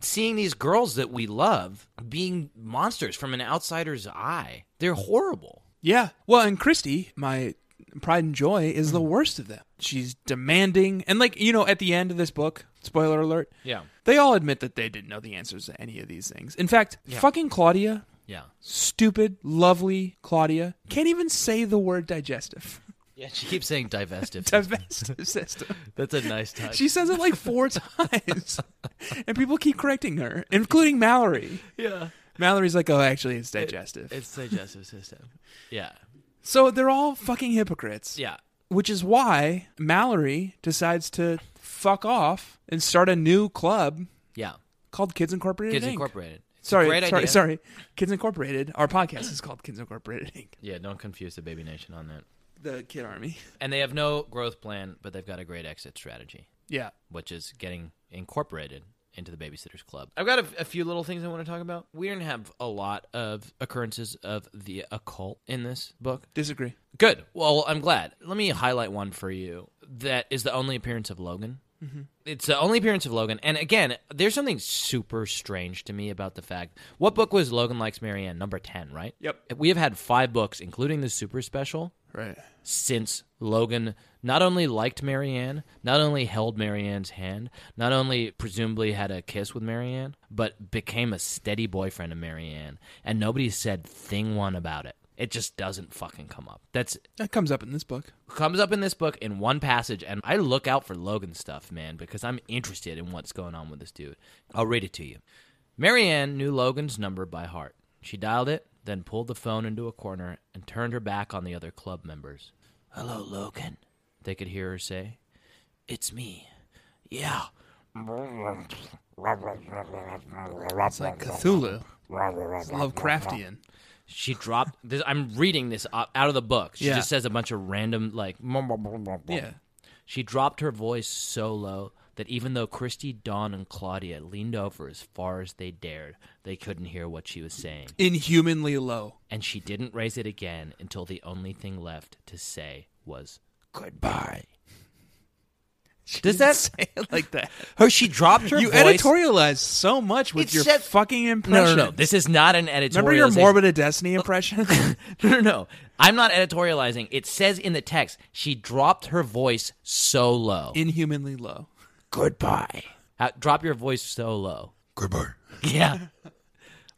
Speaker 2: seeing these girls that we love being monsters from an outsider's eye. They're horrible.
Speaker 3: yeah. Well, and Christy, my pride and joy, is the worst of them. She's demanding, and like you know, at the end of this book, spoiler alert.
Speaker 2: Yeah.
Speaker 3: They all admit that they didn't know the answers to any of these things. In fact, fucking Claudia,
Speaker 2: Yeah.
Speaker 3: stupid, lovely Claudia can't even say the word digestive. <laughs>
Speaker 2: Yeah, she keeps saying divestive.
Speaker 3: Digestive system.
Speaker 2: That's a nice touch.
Speaker 3: She says it like four times, and people keep correcting her, including Mallory.
Speaker 2: yeah.
Speaker 3: Mallory's like, "Oh, actually, it's digestive."
Speaker 2: It's digestive system. Yeah.
Speaker 3: so they're all fucking hypocrites,
Speaker 2: Yeah.
Speaker 3: which is why Mallory decides to fuck off and start a new club
Speaker 2: Yeah.
Speaker 3: called Kids Incorporated.
Speaker 2: Kids
Speaker 3: Inc.
Speaker 2: Incorporated. It's a
Speaker 3: Sorry,
Speaker 2: great
Speaker 3: sorry,
Speaker 2: idea.
Speaker 3: sorry. Kids Incorporated. Our podcast is called Kids Incorporated Inc.
Speaker 2: Yeah, don't confuse the Baby Nation on that.
Speaker 3: The Kid Army.
Speaker 2: And they have no growth plan, but they've got a great exit strategy,
Speaker 3: Yeah.
Speaker 2: which is getting incorporated into the Babysitters Club. I've got a, a few little things I want to talk about. We didn't have a lot of occurrences of the occult in this book.
Speaker 3: Disagree.
Speaker 2: Good. Well, I'm glad. Let me highlight one for you that is the only appearance of Logan. It's the only appearance of Logan. And again, there's something super strange to me about the fact. What book was Logan Likes Marianne? Number 10, right?
Speaker 3: Yep.
Speaker 2: We have had five books, including the super special,
Speaker 3: Right.
Speaker 2: since Logan not only liked Marianne, not only held Marianne's hand, not only presumably had a kiss with Marianne, but became a steady boyfriend of Marianne, and nobody said thing one about it. It just doesn't fucking come up. That's
Speaker 3: That comes up in this book.
Speaker 2: comes up in this book in one passage, and I look out for Logan stuff, man, because I'm interested in what's going on with this dude. I'll read it to you. Marianne knew Logan's number by heart. She dialed it, then pulled the phone into a corner and turned her back on the other club members. Hello, Logan, they could hear her say. It's me. Yeah.
Speaker 3: It's like Cthulhu. It's Lovecraftian.
Speaker 2: She dropped. This, I'm reading this o- out of the book. She
Speaker 3: Yeah.
Speaker 2: just says a bunch of random, like, <laughs>
Speaker 3: Yeah.
Speaker 2: She dropped her voice so low that even though Christy, Dawn, and Claudia leaned over as far as they dared, they couldn't hear what she was saying.
Speaker 3: Inhumanly <laughs> low.
Speaker 2: And she didn't raise it again until the only thing left to say was goodbye. Does
Speaker 3: didn't
Speaker 2: that-
Speaker 3: say it like <laughs> that?
Speaker 2: Her, she dropped her
Speaker 3: you
Speaker 2: voice.
Speaker 3: editorialize so much with
Speaker 2: It
Speaker 3: your
Speaker 2: said-
Speaker 3: fucking
Speaker 2: no,
Speaker 3: impression.
Speaker 2: no, no. This is not an editorial.
Speaker 3: Remember your morbid of destiny <laughs> impression?
Speaker 2: <laughs> No, no, no. I'm not editorializing. It says in the text she dropped her voice so low.
Speaker 3: Inhumanly low.
Speaker 2: goodbye. How, drop your voice so low. <laughs>
Speaker 3: Goodbye.
Speaker 2: Yeah.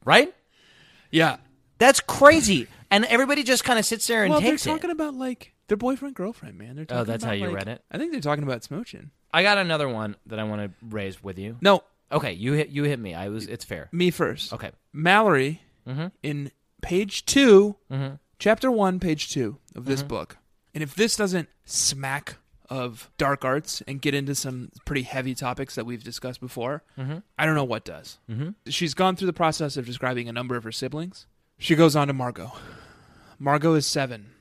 Speaker 2: right?
Speaker 3: Yeah.
Speaker 2: That's crazy. And everybody just kind of sits there and
Speaker 3: Well, they're
Speaker 2: takes
Speaker 3: talking
Speaker 2: it. Oh,
Speaker 3: about like their boyfriend girlfriend, man. They're talking
Speaker 2: that's
Speaker 3: about,
Speaker 2: how you
Speaker 3: like-
Speaker 2: read it?
Speaker 3: I think they're talking about smooching.
Speaker 2: I got another one that I want to raise with you.
Speaker 3: No,
Speaker 2: Okay, you hit you hit me. I was it's fair.
Speaker 3: me first.
Speaker 2: Okay.
Speaker 3: Mallory in page 2 chapter one, page two of this book. And if this doesn't smack of dark arts and get into some pretty heavy topics that we've discussed before, I don't know what does. Mm-hmm. She's gone through the process of describing a number of her siblings. She goes on to Margot. Margot is seven.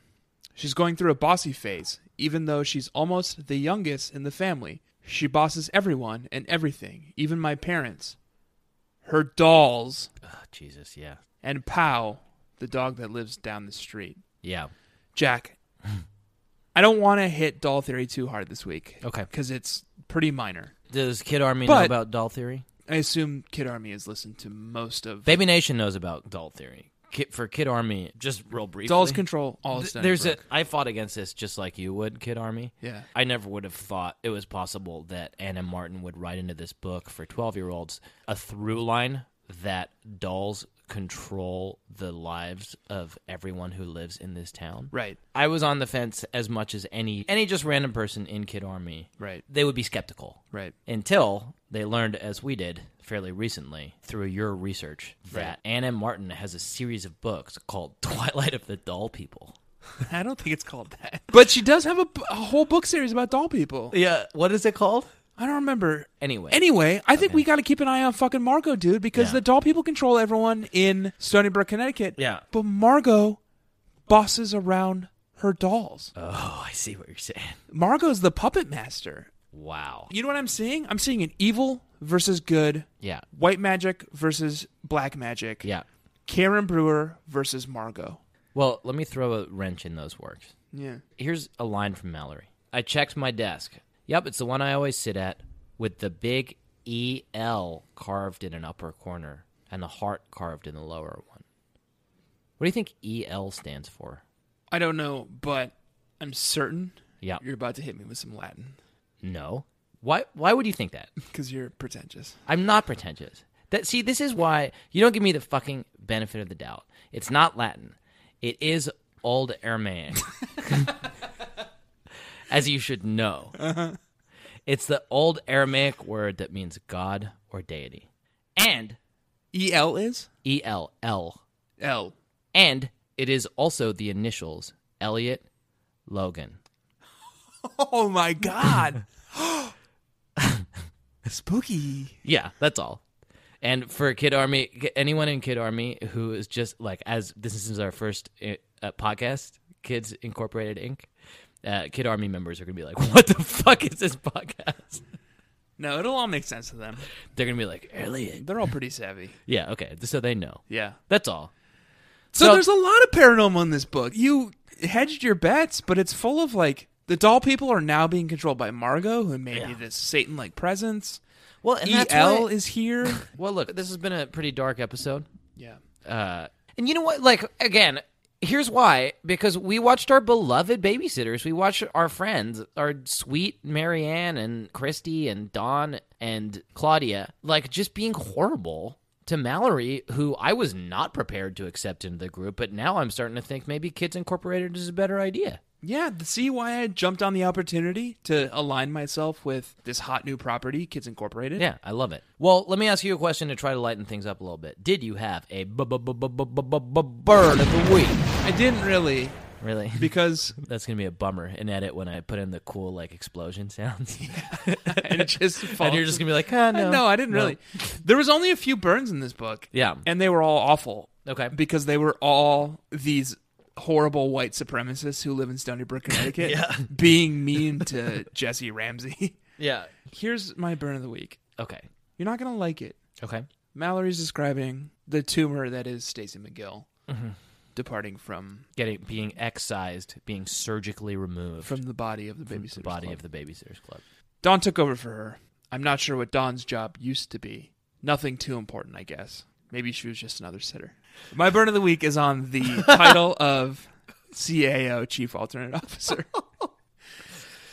Speaker 3: She's going through a bossy phase, even though she's almost the youngest in the family. She bosses everyone and everything, even my parents. Her dolls
Speaker 2: Oh, Jesus, yeah.
Speaker 3: and Pow, the dog that lives down the street.
Speaker 2: Yeah.
Speaker 3: Jack, I don't want to hit doll theory too hard this week.
Speaker 2: Okay.
Speaker 3: Because it's pretty minor.
Speaker 2: Does Kid Army know
Speaker 3: But-
Speaker 2: about doll theory?
Speaker 3: I assume Kid Army has listened to most of
Speaker 2: Baby Nation knows about doll theory. Kid, for Kid Army, just real briefly.
Speaker 3: Dolls Control all
Speaker 2: Th-
Speaker 3: Stony
Speaker 2: There's a
Speaker 3: Brook.
Speaker 2: I fought against this just like you would, Kid Army.
Speaker 3: Yeah.
Speaker 2: I never would have thought it was possible that Anna Martin would write into this book for 12 year olds a through line that dolls control the lives of everyone who lives in this town.
Speaker 3: Right.
Speaker 2: I was on the fence as much as any any just random person in Kid Army.
Speaker 3: Right.
Speaker 2: They would be skeptical.
Speaker 3: Right.
Speaker 2: Until they learned, as we did fairly recently through your research, that Anna Martin has a series of books called <laughs> Twilight of the Doll People.
Speaker 3: I don't think it's called that. But she does have a, b- a whole book series about doll people.
Speaker 2: Yeah, what is it called?
Speaker 3: I don't remember.
Speaker 2: Anyway.
Speaker 3: Anyway, I think we got to keep an eye on fucking Margot, dude, because
Speaker 2: Yeah.
Speaker 3: the doll people control everyone in Stony Brook, Connecticut.
Speaker 2: Yeah.
Speaker 3: But Margot bosses around her dolls.
Speaker 2: Oh, I see what you're saying.
Speaker 3: Margot's the puppet master.
Speaker 2: Wow.
Speaker 3: You know what I'm seeing? I'm seeing an evil versus good,
Speaker 2: Yeah.
Speaker 3: white magic versus black magic.
Speaker 2: Yeah.
Speaker 3: Karen Brewer versus Margot.
Speaker 2: Well, let me throw a wrench in those works.
Speaker 3: Yeah.
Speaker 2: Here's a line from Mallory. I checked my desk. Yep, it's the one I always sit at with the big EL carved in an upper corner and the heart carved in the lower one. What do you think EL stands for?
Speaker 3: I don't know, but I'm certain
Speaker 2: Yeah.
Speaker 3: you're about to hit me with some Latin
Speaker 2: No. Why why would you think that?
Speaker 3: because you're pretentious.
Speaker 2: I'm not pretentious. That see, this is why you don't give me the fucking benefit of the doubt. It's not Latin. It is old Aramaic, <laughs> as you should know. It's the old Aramaic word that means God or deity, and
Speaker 3: EL is?
Speaker 2: E L L,
Speaker 3: L.
Speaker 2: and it is also the initials Elliot Logan.
Speaker 3: Oh my
Speaker 2: <laughs>
Speaker 3: God. <gasps> Spooky.
Speaker 2: Yeah, that's all. And for Kid Army, anyone in Kid Army who is just like, as this is our first uh, podcast, Kids Incorporated Inc., uh, Kid Army members are going to be like, <laughs> what the fuck is this podcast?
Speaker 3: No, it'll all make sense to them.
Speaker 2: They're going to be like, Elliot.
Speaker 3: They're all pretty savvy.
Speaker 2: Yeah, okay. So they know.
Speaker 3: Yeah.
Speaker 2: That's all.
Speaker 3: So,
Speaker 2: So-
Speaker 3: there's a lot of paranormal in this book. You hedged your bets, but it's full of like the doll people are now being controlled by Margot, who may be
Speaker 2: Yeah.
Speaker 3: this Satan like presence.
Speaker 2: Well, and that's
Speaker 3: EL
Speaker 2: why-
Speaker 3: is here.
Speaker 2: E <laughs> well, look, this has been a pretty dark episode.
Speaker 3: yeah.
Speaker 2: Uh, and you know what? Like again, here's why: because we watched our beloved babysitters, we watched our friends, our sweet Marianne and Christy and Dawn and Claudia, like just being horrible to Mallory, who I was not prepared to accept into the group, but now I'm starting to think maybe Kids Incorporated is a better idea.
Speaker 3: Yeah, th- see why I jumped on the opportunity to align myself with this hot new property, Kids Incorporated?
Speaker 2: Yeah, I love it. Well, let me ask you a question to try to lighten things up a little bit. Did you have a bu- bu- bu- bu- bu- bu- bu- bu- bird of the week?
Speaker 3: I didn't really
Speaker 2: Really? <laughs>
Speaker 3: because
Speaker 2: That's gonna be a bummer in edit when I put in the cool like explosion
Speaker 3: <laughs>
Speaker 2: sounds, <laughs>
Speaker 3: and it just falls.
Speaker 2: and you're just gonna be like, ah, no,
Speaker 3: no, I didn't really. There was only a few burns in this book.
Speaker 2: Yeah.
Speaker 3: And they were all awful.
Speaker 2: Okay.
Speaker 3: Because they were all these horrible white supremacists who live in
Speaker 2: <laughs>
Speaker 3: Stony Brook, Connecticut,
Speaker 2: Yeah.
Speaker 3: being
Speaker 2: <laughs>
Speaker 3: mean to Jesse Ramsey. <laughs>
Speaker 2: Yeah.
Speaker 3: Here's my burn of the week.
Speaker 2: Okay.
Speaker 3: You're not going to like it.
Speaker 2: Okay.
Speaker 3: Mallory's describing the tumor that is Stacy McGill
Speaker 2: Mm-hmm.
Speaker 3: departing from
Speaker 2: Getting being excised, being surgically removed
Speaker 3: from the body of the babysitter.
Speaker 2: the body of the babysitters club.
Speaker 3: Dawn took over for her. I'm not sure what Dawn's job used to be. Nothing too important, I guess. Maybe she was just another sitter. My burn of the week is on the title of CAO, Chief Alternate Officer,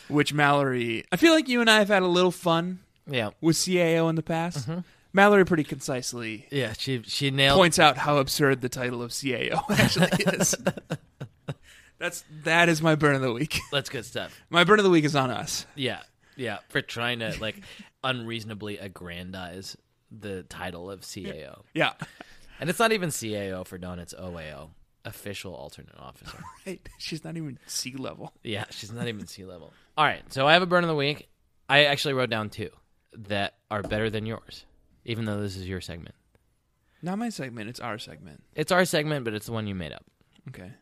Speaker 3: which Mallory. I feel like you and I have had a little fun
Speaker 2: Yeah.
Speaker 3: with CAO in the past. Mallory pretty concisely
Speaker 2: Yeah. She she nailed.
Speaker 3: points out how absurd the title of CAO <laughs> actually is. That's that is my burn of the week.
Speaker 2: That's good stuff.
Speaker 3: My burn of the week is on us.
Speaker 2: Yeah. Yeah. For trying to
Speaker 3: <laughs>
Speaker 2: like unreasonably aggrandize the title of CAO,
Speaker 3: Yeah.
Speaker 2: and it's not even CAO for Don. It's OAO, official alternate officer.
Speaker 3: Right. She's not even sea level.
Speaker 2: Yeah, <laughs> she's not even sea level. All right, so I have a burn of the week. I actually wrote down two that are better than yours, even though this is your segment.
Speaker 3: Not my segment. It's our segment.
Speaker 2: It's our segment, but it's the one you made up.
Speaker 3: Okay.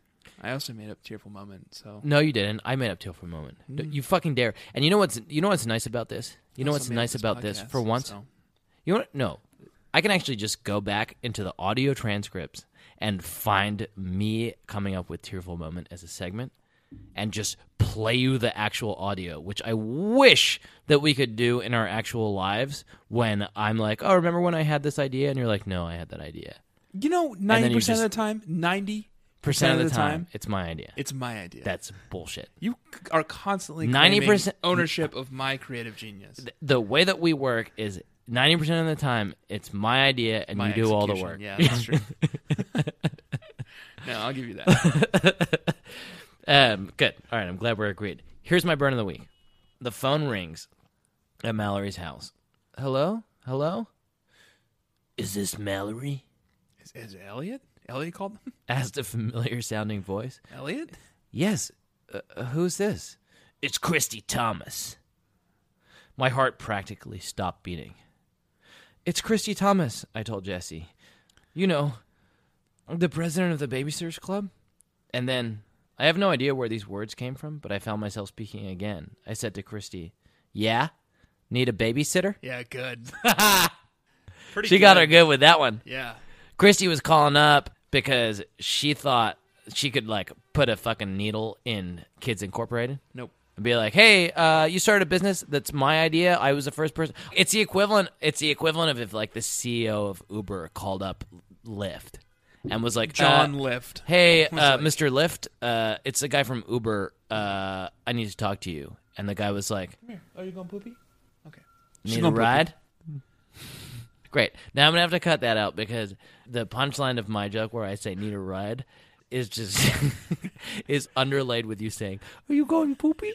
Speaker 3: I also made up tearful moment. So
Speaker 2: No, you didn't. I made up till for a moment. D- You fucking dare. And you know what's you know what's nice about this? You know
Speaker 3: Also
Speaker 2: what's
Speaker 3: made up
Speaker 2: nice about this?
Speaker 3: podcast,
Speaker 2: For once,
Speaker 3: so-
Speaker 2: you know what? No, I can actually just go back into the audio transcripts and find me coming up with tearful moment as a segment, and just play you the actual audio, which I wish that we could do in our actual lives. When I'm like, oh, remember when I had this idea, and you're like, no, I had that idea.
Speaker 3: you know,
Speaker 2: then you
Speaker 3: ninety percent of
Speaker 2: just-
Speaker 3: the time, ninety
Speaker 2: Percent of the time, it's my idea.
Speaker 3: it's my idea.
Speaker 2: That's bullshit.
Speaker 3: you c- are constantly ninety
Speaker 2: 90% <laughs>
Speaker 3: percent ownership of my creative genius.
Speaker 2: the way that we work is 90% of the time it's my idea and
Speaker 3: My
Speaker 2: you do all the
Speaker 3: execution.
Speaker 2: work. <laughs>
Speaker 3: Yeah, that's true. no, I'll give
Speaker 2: <laughs>
Speaker 3: you that.
Speaker 2: Um, good. All right, I'm glad we're agreed. Here's my burn of the week. The phone rings at Mallory's house. Hello? Hello? Is this Mallory?
Speaker 3: Is, is it Elliot? Elliot called them.
Speaker 2: asked a familiar sounding voice.
Speaker 3: Elliot.
Speaker 2: Yes. Uh, uh, who's this? It's Christy Thomas. My heart practically stopped beating. It's Christy Thomas, I told Jesse. You know, the president of the Babysitters Club? And then, I have no idea where these words came from, but I found myself speaking again. I said to Christy, Yeah? Need a babysitter?
Speaker 3: Yeah,
Speaker 2: <laughs>
Speaker 3: good. Pretty.
Speaker 2: She got her good with that one.
Speaker 3: Yeah.
Speaker 2: Christy was calling up because she thought she could, like, put a fucking needle in Kids Incorporated.
Speaker 3: Nope.
Speaker 2: and be like, "Hey, uh, you started a business. That's my idea. I was the first person." It's the equivalent. It's the equivalent of if like the CEO of Uber called up Lyft and was like,
Speaker 3: John
Speaker 2: uh,
Speaker 3: Lift. <laughs>
Speaker 2: Hey, uh, Mr. Lyft, uh, it's the guy from Uber. Uh, I need to talk to you." And the guy was like,
Speaker 3: Are you going poopy? Okay.
Speaker 2: Need a ride? <laughs> Great. Now I'm gonna have to cut that out because the punchline of my joke where I say need a ride is just <laughs> is underlaid with you saying, Are you going
Speaker 3: <laughs>
Speaker 2: poopy?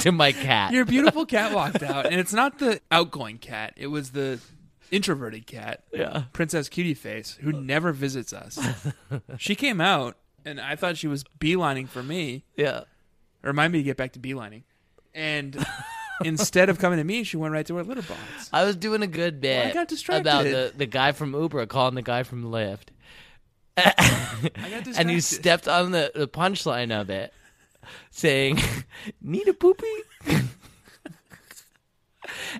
Speaker 2: to <laughs> my cat.
Speaker 3: Your beautiful cat walked out, and it's not the outgoing cat. It was the introverted cat,
Speaker 2: Yeah.
Speaker 3: Princess Cutie Face, who never visits us. she came out, and I thought she was beelining for me.
Speaker 2: Yeah.
Speaker 3: It Reminded me to get back to beelining,
Speaker 2: <laughs>
Speaker 3: and instead of coming to me, she went right to her litter box.
Speaker 2: I was doing a good bit
Speaker 3: I got distracted.
Speaker 2: about the, the guy from Uber calling the guy from Lyft.
Speaker 3: I got
Speaker 2: And you
Speaker 3: distracted.
Speaker 2: stepped on the, the punchline of it saying, <laughs> Need a poopy? <laughs>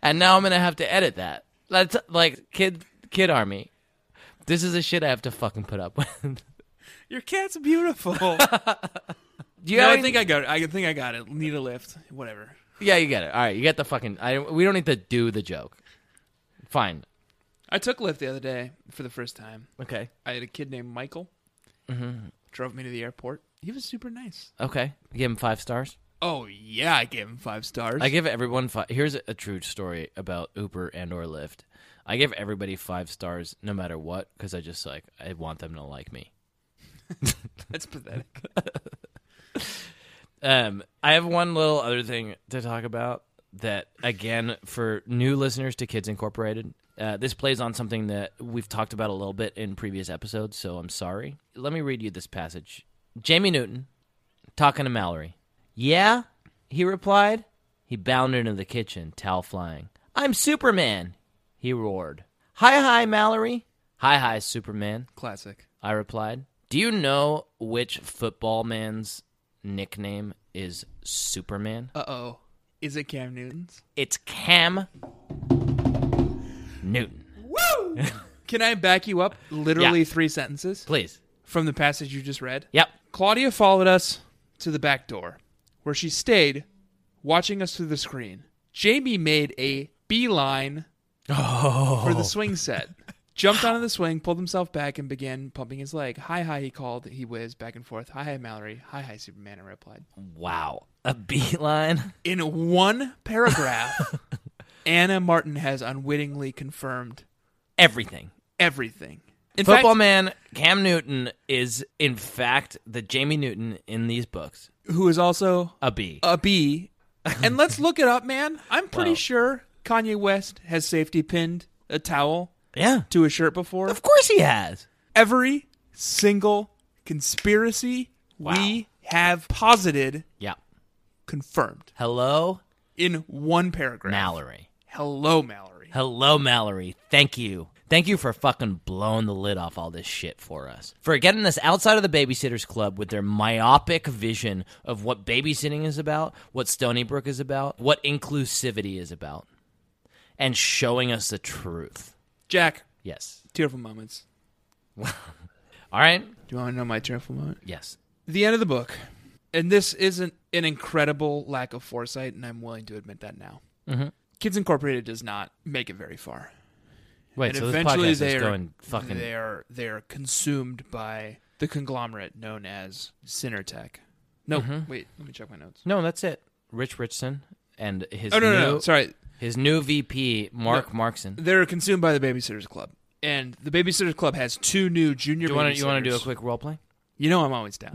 Speaker 2: and now I'm gonna have to edit that. That's like kid kid army. This is the shit I have to fucking put up with. <laughs>
Speaker 3: Your cat's beautiful. no,
Speaker 2: Do you have
Speaker 3: I
Speaker 2: any-
Speaker 3: think I got. It. I think I got it. Need a lift? Whatever.
Speaker 2: Yeah, you get it. All right, you get the fucking I we don't need to do the joke. Fine.
Speaker 3: I took Lyft the other day for the first time.
Speaker 2: Okay.
Speaker 3: I had a kid named Michael. Mm-hmm. Drove me to the airport. He was super nice.
Speaker 2: Okay. Give him five stars.
Speaker 3: Oh yeah, I gave him five stars.
Speaker 2: I give everyone five. Here's a true story about Uber and or Lyft. I give everybody five stars no matter what because I just like I want them to like me.
Speaker 3: That's pathetic.
Speaker 2: Um, I have one little other thing to talk about that, again, for new listeners to Kids Incorporated, uh, this plays on something that we've talked about a little bit in previous episodes, so I'm sorry. Let me read you this passage. Jamie Newton talking to Mallory. Yeah, he replied. He bounded into the kitchen, towel flying. I'm Superman, he roared. Hi, hi, Mallory. Hi, hi, Superman.
Speaker 3: <laughs> Classic.
Speaker 2: I replied. Do you know which football man's nickname is Superman?
Speaker 3: Uh oh. Is it Cam Newton's?
Speaker 2: It's Cam Newton.
Speaker 3: Woo! Can I back you up literally
Speaker 2: Yeah.
Speaker 3: three sentences
Speaker 2: Please.
Speaker 3: from the passage you just read?
Speaker 2: Yep.
Speaker 3: Claudia followed us to the back door, where she stayed, watching us through the screen. Jamie made a beeline for the swing set, jumped onto the swing, pulled himself back, and began pumping his leg. Hi, hi, he called. He whizzed back and forth. Hi, hi, Mallory. Hi, hi, Superman, I replied.
Speaker 2: Wow. A beeline?
Speaker 3: In one paragraph, Anna Martin has unwittingly confirmed
Speaker 2: Everything.
Speaker 3: everything. In
Speaker 2: Football
Speaker 3: fact,
Speaker 2: man Cam Newton is, in fact, the Jamie Newton in these books.
Speaker 3: who is also
Speaker 2: A bee.
Speaker 3: a bee. And let's look it up, man. I'm pretty
Speaker 2: Wow.
Speaker 3: sure Kanye West has safety pinned a towel
Speaker 2: yeah.
Speaker 3: to his shirt before.
Speaker 2: Of course he has.
Speaker 3: Every single conspiracy we have posited
Speaker 2: Yeah.
Speaker 3: confirmed
Speaker 2: Hello,
Speaker 3: in one paragraph.
Speaker 2: Mallory.
Speaker 3: Hello, Mallory.
Speaker 2: Hello, Mallory. Thank you. Thank you for fucking blowing the lid off all this shit for us. For getting us outside of the Babysitters Club with their myopic vision of what babysitting is about, what Stony Brook is about, what inclusivity is about, and showing us the truth.
Speaker 3: Jack,
Speaker 2: Yes.
Speaker 3: tearful moments.
Speaker 2: All right?
Speaker 3: Do you want to know my tearful moment?
Speaker 2: Yes.
Speaker 3: The end of the book. And this isn't an incredible lack of foresight, and I'm willing to admit that now.
Speaker 2: Mhm.
Speaker 3: Kids Incorporated does not make it very far.
Speaker 2: Wait,
Speaker 3: and
Speaker 2: so this
Speaker 3: eventually
Speaker 2: podcast
Speaker 3: they
Speaker 2: is
Speaker 3: are
Speaker 2: going fucking.
Speaker 3: they are they are consumed by the conglomerate known as Cinertech. No,
Speaker 2: Mm-hmm.
Speaker 3: wait, let me check my notes.
Speaker 2: No, that's it. Rich Richardson and his,
Speaker 3: Oh no,
Speaker 2: new,
Speaker 3: no, no, sorry.
Speaker 2: his new VP, Mark Markson.
Speaker 3: They're consumed by the Babysitters Club, and the Babysitters Club has two new junior.
Speaker 2: Do you want to you want
Speaker 3: babysitters.
Speaker 2: to do a quick role play?
Speaker 3: You know, I'm
Speaker 2: <laughs>
Speaker 3: always down.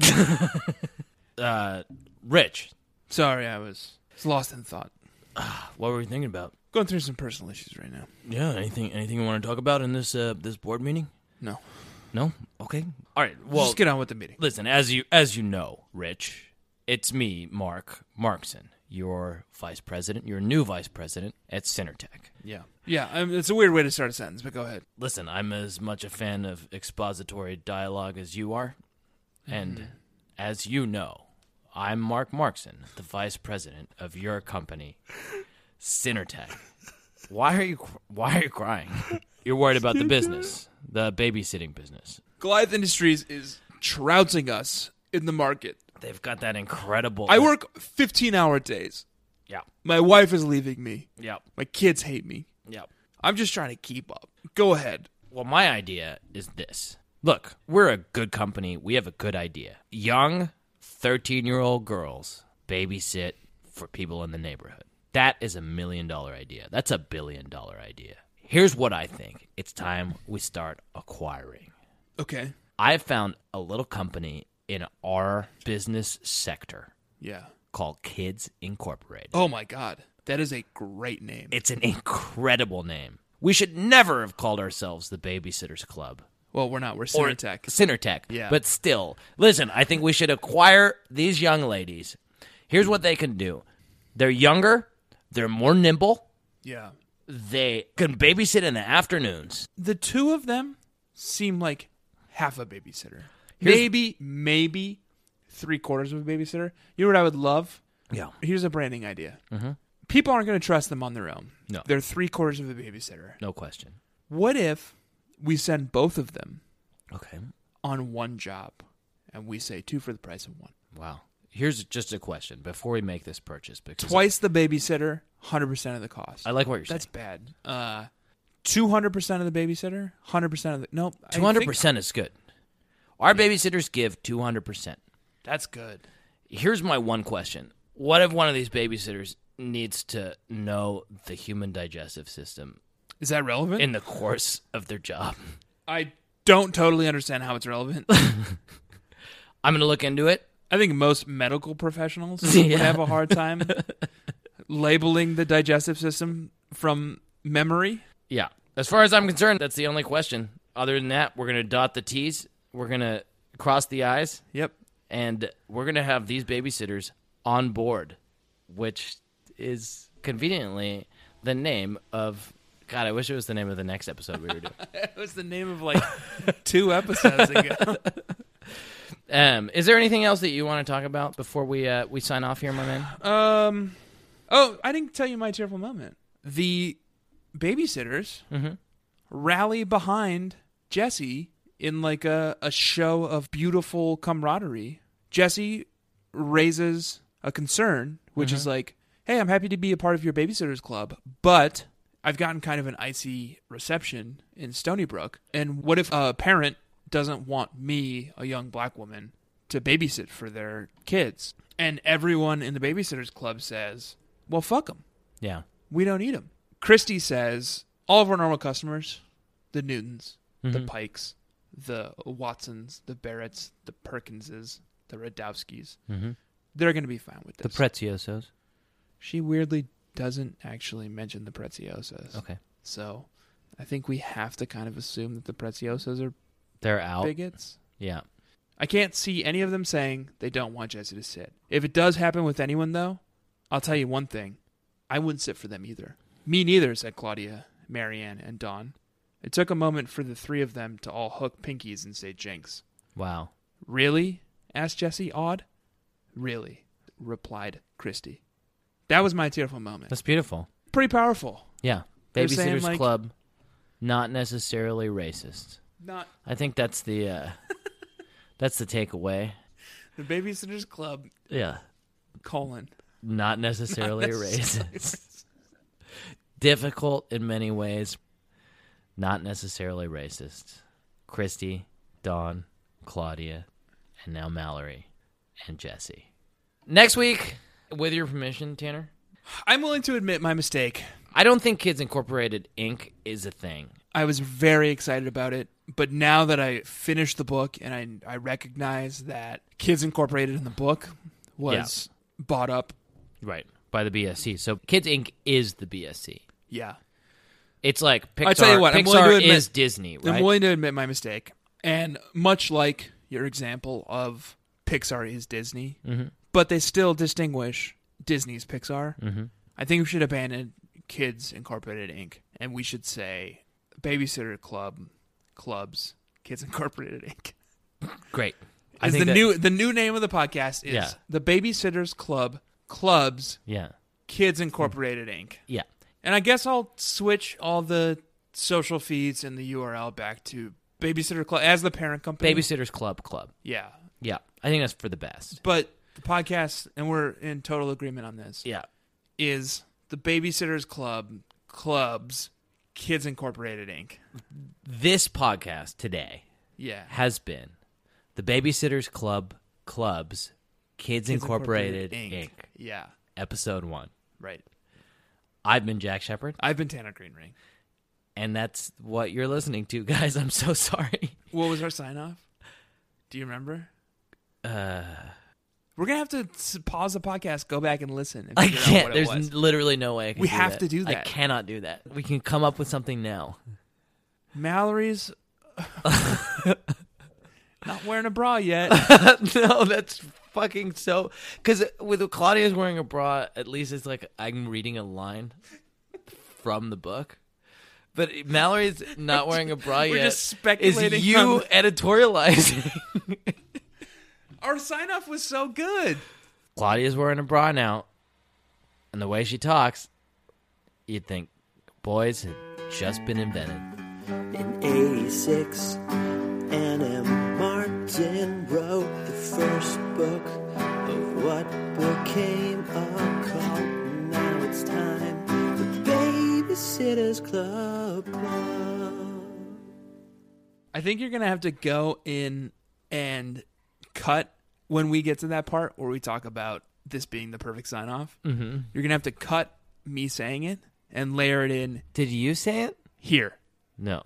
Speaker 2: Uh, Rich,
Speaker 3: sorry, I was, I was lost in thought.
Speaker 2: what were we thinking about?
Speaker 3: Going through some personal issues right now.
Speaker 2: Yeah, anything anything you want to talk about in this uh, this board meeting?
Speaker 3: No,
Speaker 2: No. Okay. All right. Well,
Speaker 3: just get on with the meeting.
Speaker 2: listen, as you as you know, Rich, it's me, Mark Markson, your vice president, your new vice president at Centertech.
Speaker 3: Yeah, yeah. I mean, it's a weird way to start a sentence, but go ahead.
Speaker 2: Listen, I'm as much a fan of expository dialogue as you are, and
Speaker 3: Mm-hmm.
Speaker 2: as you know, I'm Mark Markson, the vice president of your company, Cinertech. Why are you cr- Why are you crying? You're worried about the business, the babysitting business.
Speaker 3: Goliath Industries is trouncing us in the market.
Speaker 2: They've got that incredible.
Speaker 3: I work 15 hour days.
Speaker 2: Yeah.
Speaker 3: My wife is leaving me.
Speaker 2: Yep.
Speaker 3: My kids hate me.
Speaker 2: Yep.
Speaker 3: I'm just trying to keep up. Go ahead.
Speaker 2: Well, my idea is this. Look, we're a good company. We have a good idea. Young 13 year old girls babysit for people in the neighborhood. That is a million dollar idea. That's a billion dollar idea. Here's what I think it's time we start acquiring.
Speaker 3: Okay.
Speaker 2: I found a little company in our business sector
Speaker 3: Yeah.
Speaker 2: called Kids Incorporated.
Speaker 3: Oh my God. That is a great name.
Speaker 2: It's an incredible name. We should never have called ourselves the Babysitters Club.
Speaker 3: well, we're not. We're
Speaker 2: or
Speaker 3: Cinetech.
Speaker 2: Cinertech.
Speaker 3: Yeah.
Speaker 2: But still, listen, I think we should acquire these young ladies. Here's what they can do they're younger, they're more nimble,
Speaker 3: Yeah.
Speaker 2: they can babysit in the afternoons.
Speaker 3: The two of them seem like half a babysitter.
Speaker 2: Here's-
Speaker 3: maybe, maybe three quarters of a babysitter. You know what I would love?
Speaker 2: Yeah.
Speaker 3: Here's a branding idea. People aren't going to trust them on their own.
Speaker 2: Mm-hmm. No.
Speaker 3: They're three quarters of a babysitter.
Speaker 2: No question.
Speaker 3: What if we send both of them
Speaker 2: Okay.
Speaker 3: on one job and we say two for the price of one?
Speaker 2: Wow. Here's just a question before we make this purchase because
Speaker 3: Twice the babysitter, 100% of the cost.
Speaker 2: I like what you're saying.
Speaker 3: That's bad. Uh, 200% of the babysitter, 100% of the. Nope. I
Speaker 2: Two hundred
Speaker 3: think-
Speaker 2: percent is good. Our babysitters give two hundred percent.
Speaker 3: That's good.
Speaker 2: Here's my one question: What if one of these babysitters needs to know the human digestive system
Speaker 3: Is that relevant?
Speaker 2: in the course of their job.
Speaker 3: I don't totally understand how
Speaker 2: <laughs>
Speaker 3: it's relevant.
Speaker 2: I'm going to look into it.
Speaker 3: I think most medical professionals
Speaker 2: <laughs> Yeah.
Speaker 3: would have a
Speaker 2: <laughs>
Speaker 3: hard time labeling the digestive system from memory.
Speaker 2: Yeah. As far as I'm concerned, that's the only question. Other than that, we're going to dot the T's, we're going to cross the I's, <laughs>
Speaker 3: Yep.
Speaker 2: and we're going to have these babysitters on board, which is conveniently the name of. God, I wish it was the name of the next episode we were <laughs> doing.
Speaker 3: That was the name of like <laughs> two episodes ago.
Speaker 2: <laughs> um, is there anything else that you want to talk about before we uh, we sign off here, my man?
Speaker 3: Um. Oh, I didn't tell you my tearful moment. The babysitters rally behind Jesse in like a, a show of beautiful camaraderie. Jesse raises a concern, which is like, "Hey, I'm happy to be a part of your babysitters club, but I've gotten kind of an icy reception in Stony Brook, and what if a parent doesn't want me, a young black woman, to babysit for their kids?" And everyone in the babysitters club says, "Well, fuck them."
Speaker 2: Yeah.
Speaker 3: we don't need them. Christie says all of our normal customers, the Newtons, the Pikes, the Watsons, the Barretts, the Perkinses, the Radowskis,
Speaker 2: Mm-hmm.
Speaker 3: they're going to be fine with this.
Speaker 2: Preziosos.
Speaker 3: she weirdly doesn't actually mention the Preziosas.
Speaker 2: Okay.
Speaker 3: So I think we have to kind of assume that the Preziosas are
Speaker 2: They're out.
Speaker 3: bigots.
Speaker 2: Yeah.
Speaker 3: I can't see any of them saying they don't want Jesse to sit. If it does happen with anyone, though, I'll tell you one thing. I wouldn't sit for them either. Me neither, said Claudia, Marianne, and Don. It took a moment for the three of them to all hook pinkies and say jinx.
Speaker 2: Wow.
Speaker 3: Really? asked Jesse, awed. Really, replied Christy. That was my tearful moment.
Speaker 2: That's beautiful.
Speaker 3: pretty powerful.
Speaker 2: Yeah.
Speaker 3: They're saying,
Speaker 2: Babysitters
Speaker 3: like-
Speaker 2: Club, not necessarily racist.
Speaker 3: Not
Speaker 2: I think that's the uh <laughs> that's the takeaway.
Speaker 3: the Babysitters Club,
Speaker 2: Yeah.
Speaker 3: colon.
Speaker 2: Not necessarily racist. <laughs> Difficult in many ways. Not necessarily racist. Christy, Dawn, Claudia, and now Mallory and Jesse. Next week, with your permission, Tanner,
Speaker 3: I'm willing to admit my mistake.
Speaker 2: I don't think Kids Incorporated Inc. is a thing.
Speaker 3: I was very excited about it, but now that I finished the book and I I recognize that Kids Incorporated in the book was bought up,
Speaker 2: Right. By the BSC. So Kids Inc. is the BSC.
Speaker 3: yeah.
Speaker 2: It's like Pixar,
Speaker 3: I tell you what, I'm willing
Speaker 2: Pixar
Speaker 3: to admit-
Speaker 2: is Disney, right?
Speaker 3: I'm willing to admit my mistake. And much like your example of Pixar is Disney, but they still distinguish Disney's Pixar. I think we should abandon Kids Incorporated Inc. and we should say Babysitter Club, Clubs, Kids Incorporated Inc.
Speaker 2: Great.
Speaker 3: is the new the new name of the podcast is
Speaker 2: Yeah.
Speaker 3: the Babysitters Club Clubs
Speaker 2: Yeah.
Speaker 3: Kids Incorporated Inc.
Speaker 2: Yeah.
Speaker 3: And I guess I'll switch all the social feeds and the URL back to Babysitter Club as the parent company.
Speaker 2: Babysitters Club Club.
Speaker 3: yeah,
Speaker 2: Yeah. I think that's for the best.
Speaker 3: but the podcast, and we're in total agreement on this,
Speaker 2: Yeah.
Speaker 3: is the Babysitters Club Clubs Kids Incorporated Inc.
Speaker 2: This podcast today
Speaker 3: Yeah,
Speaker 2: has been the Babysitters Club Clubs Kids, Incorporated, Inc.
Speaker 3: Yeah,
Speaker 2: Episode 1.
Speaker 3: right.
Speaker 2: I've been Jack Shepard,
Speaker 3: I've been Tanner Greenring.
Speaker 2: and that's what you're listening to, guys. I'm so <laughs> sorry.
Speaker 3: What was our sign off? Do you remember? Uh,
Speaker 2: Uh,
Speaker 3: we're gonna have to s- pause the podcast, go back and listen. And
Speaker 2: I
Speaker 3: figure out
Speaker 2: can't.
Speaker 3: what
Speaker 2: There's
Speaker 3: It was.
Speaker 2: n- literally no way I can
Speaker 3: We
Speaker 2: do
Speaker 3: have
Speaker 2: that.
Speaker 3: to do
Speaker 2: I
Speaker 3: that.
Speaker 2: cannot do that. We can come up with something now.
Speaker 3: Mallory's not wearing a bra yet.
Speaker 2: <laughs> <laughs> no, that's fucking so. Because with Claudia's wearing a bra, at least it's like I'm reading a line from the book. But Mallory's <laughs> not wearing a bra
Speaker 3: We're
Speaker 2: yet.
Speaker 3: just speculating
Speaker 2: Is you
Speaker 3: on-
Speaker 2: <laughs> editorializing?
Speaker 3: Our sign off was so good.
Speaker 2: Claudia's wearing a bra now, and the way she talks, you'd think boys had just been invented.
Speaker 1: In 86, N.M. Martin wrote the first book of what became a cult. Now it's time for Babysitter's Club Club.
Speaker 3: I think you're gonna have to go in and cut when we get to that part where we talk about this being the perfect sign off. Mm-hmm. You're gonna have to cut me saying it and layer it in.
Speaker 2: Did you say it?
Speaker 3: here.
Speaker 2: No.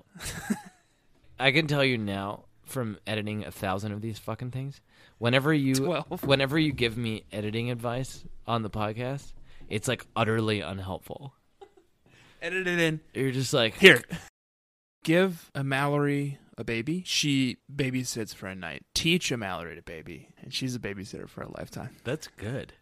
Speaker 2: I can tell you now from editing a thousand of these fucking things. Whenever you
Speaker 3: Twelve.
Speaker 2: whenever you give me editing advice on the podcast, it's like utterly unhelpful.
Speaker 3: Edit it in.
Speaker 2: You're just like
Speaker 3: Here. Give a Mallory a baby. She babysits for a night. Teach a Mallory to baby, and she's a babysitter for a lifetime.
Speaker 2: That's good.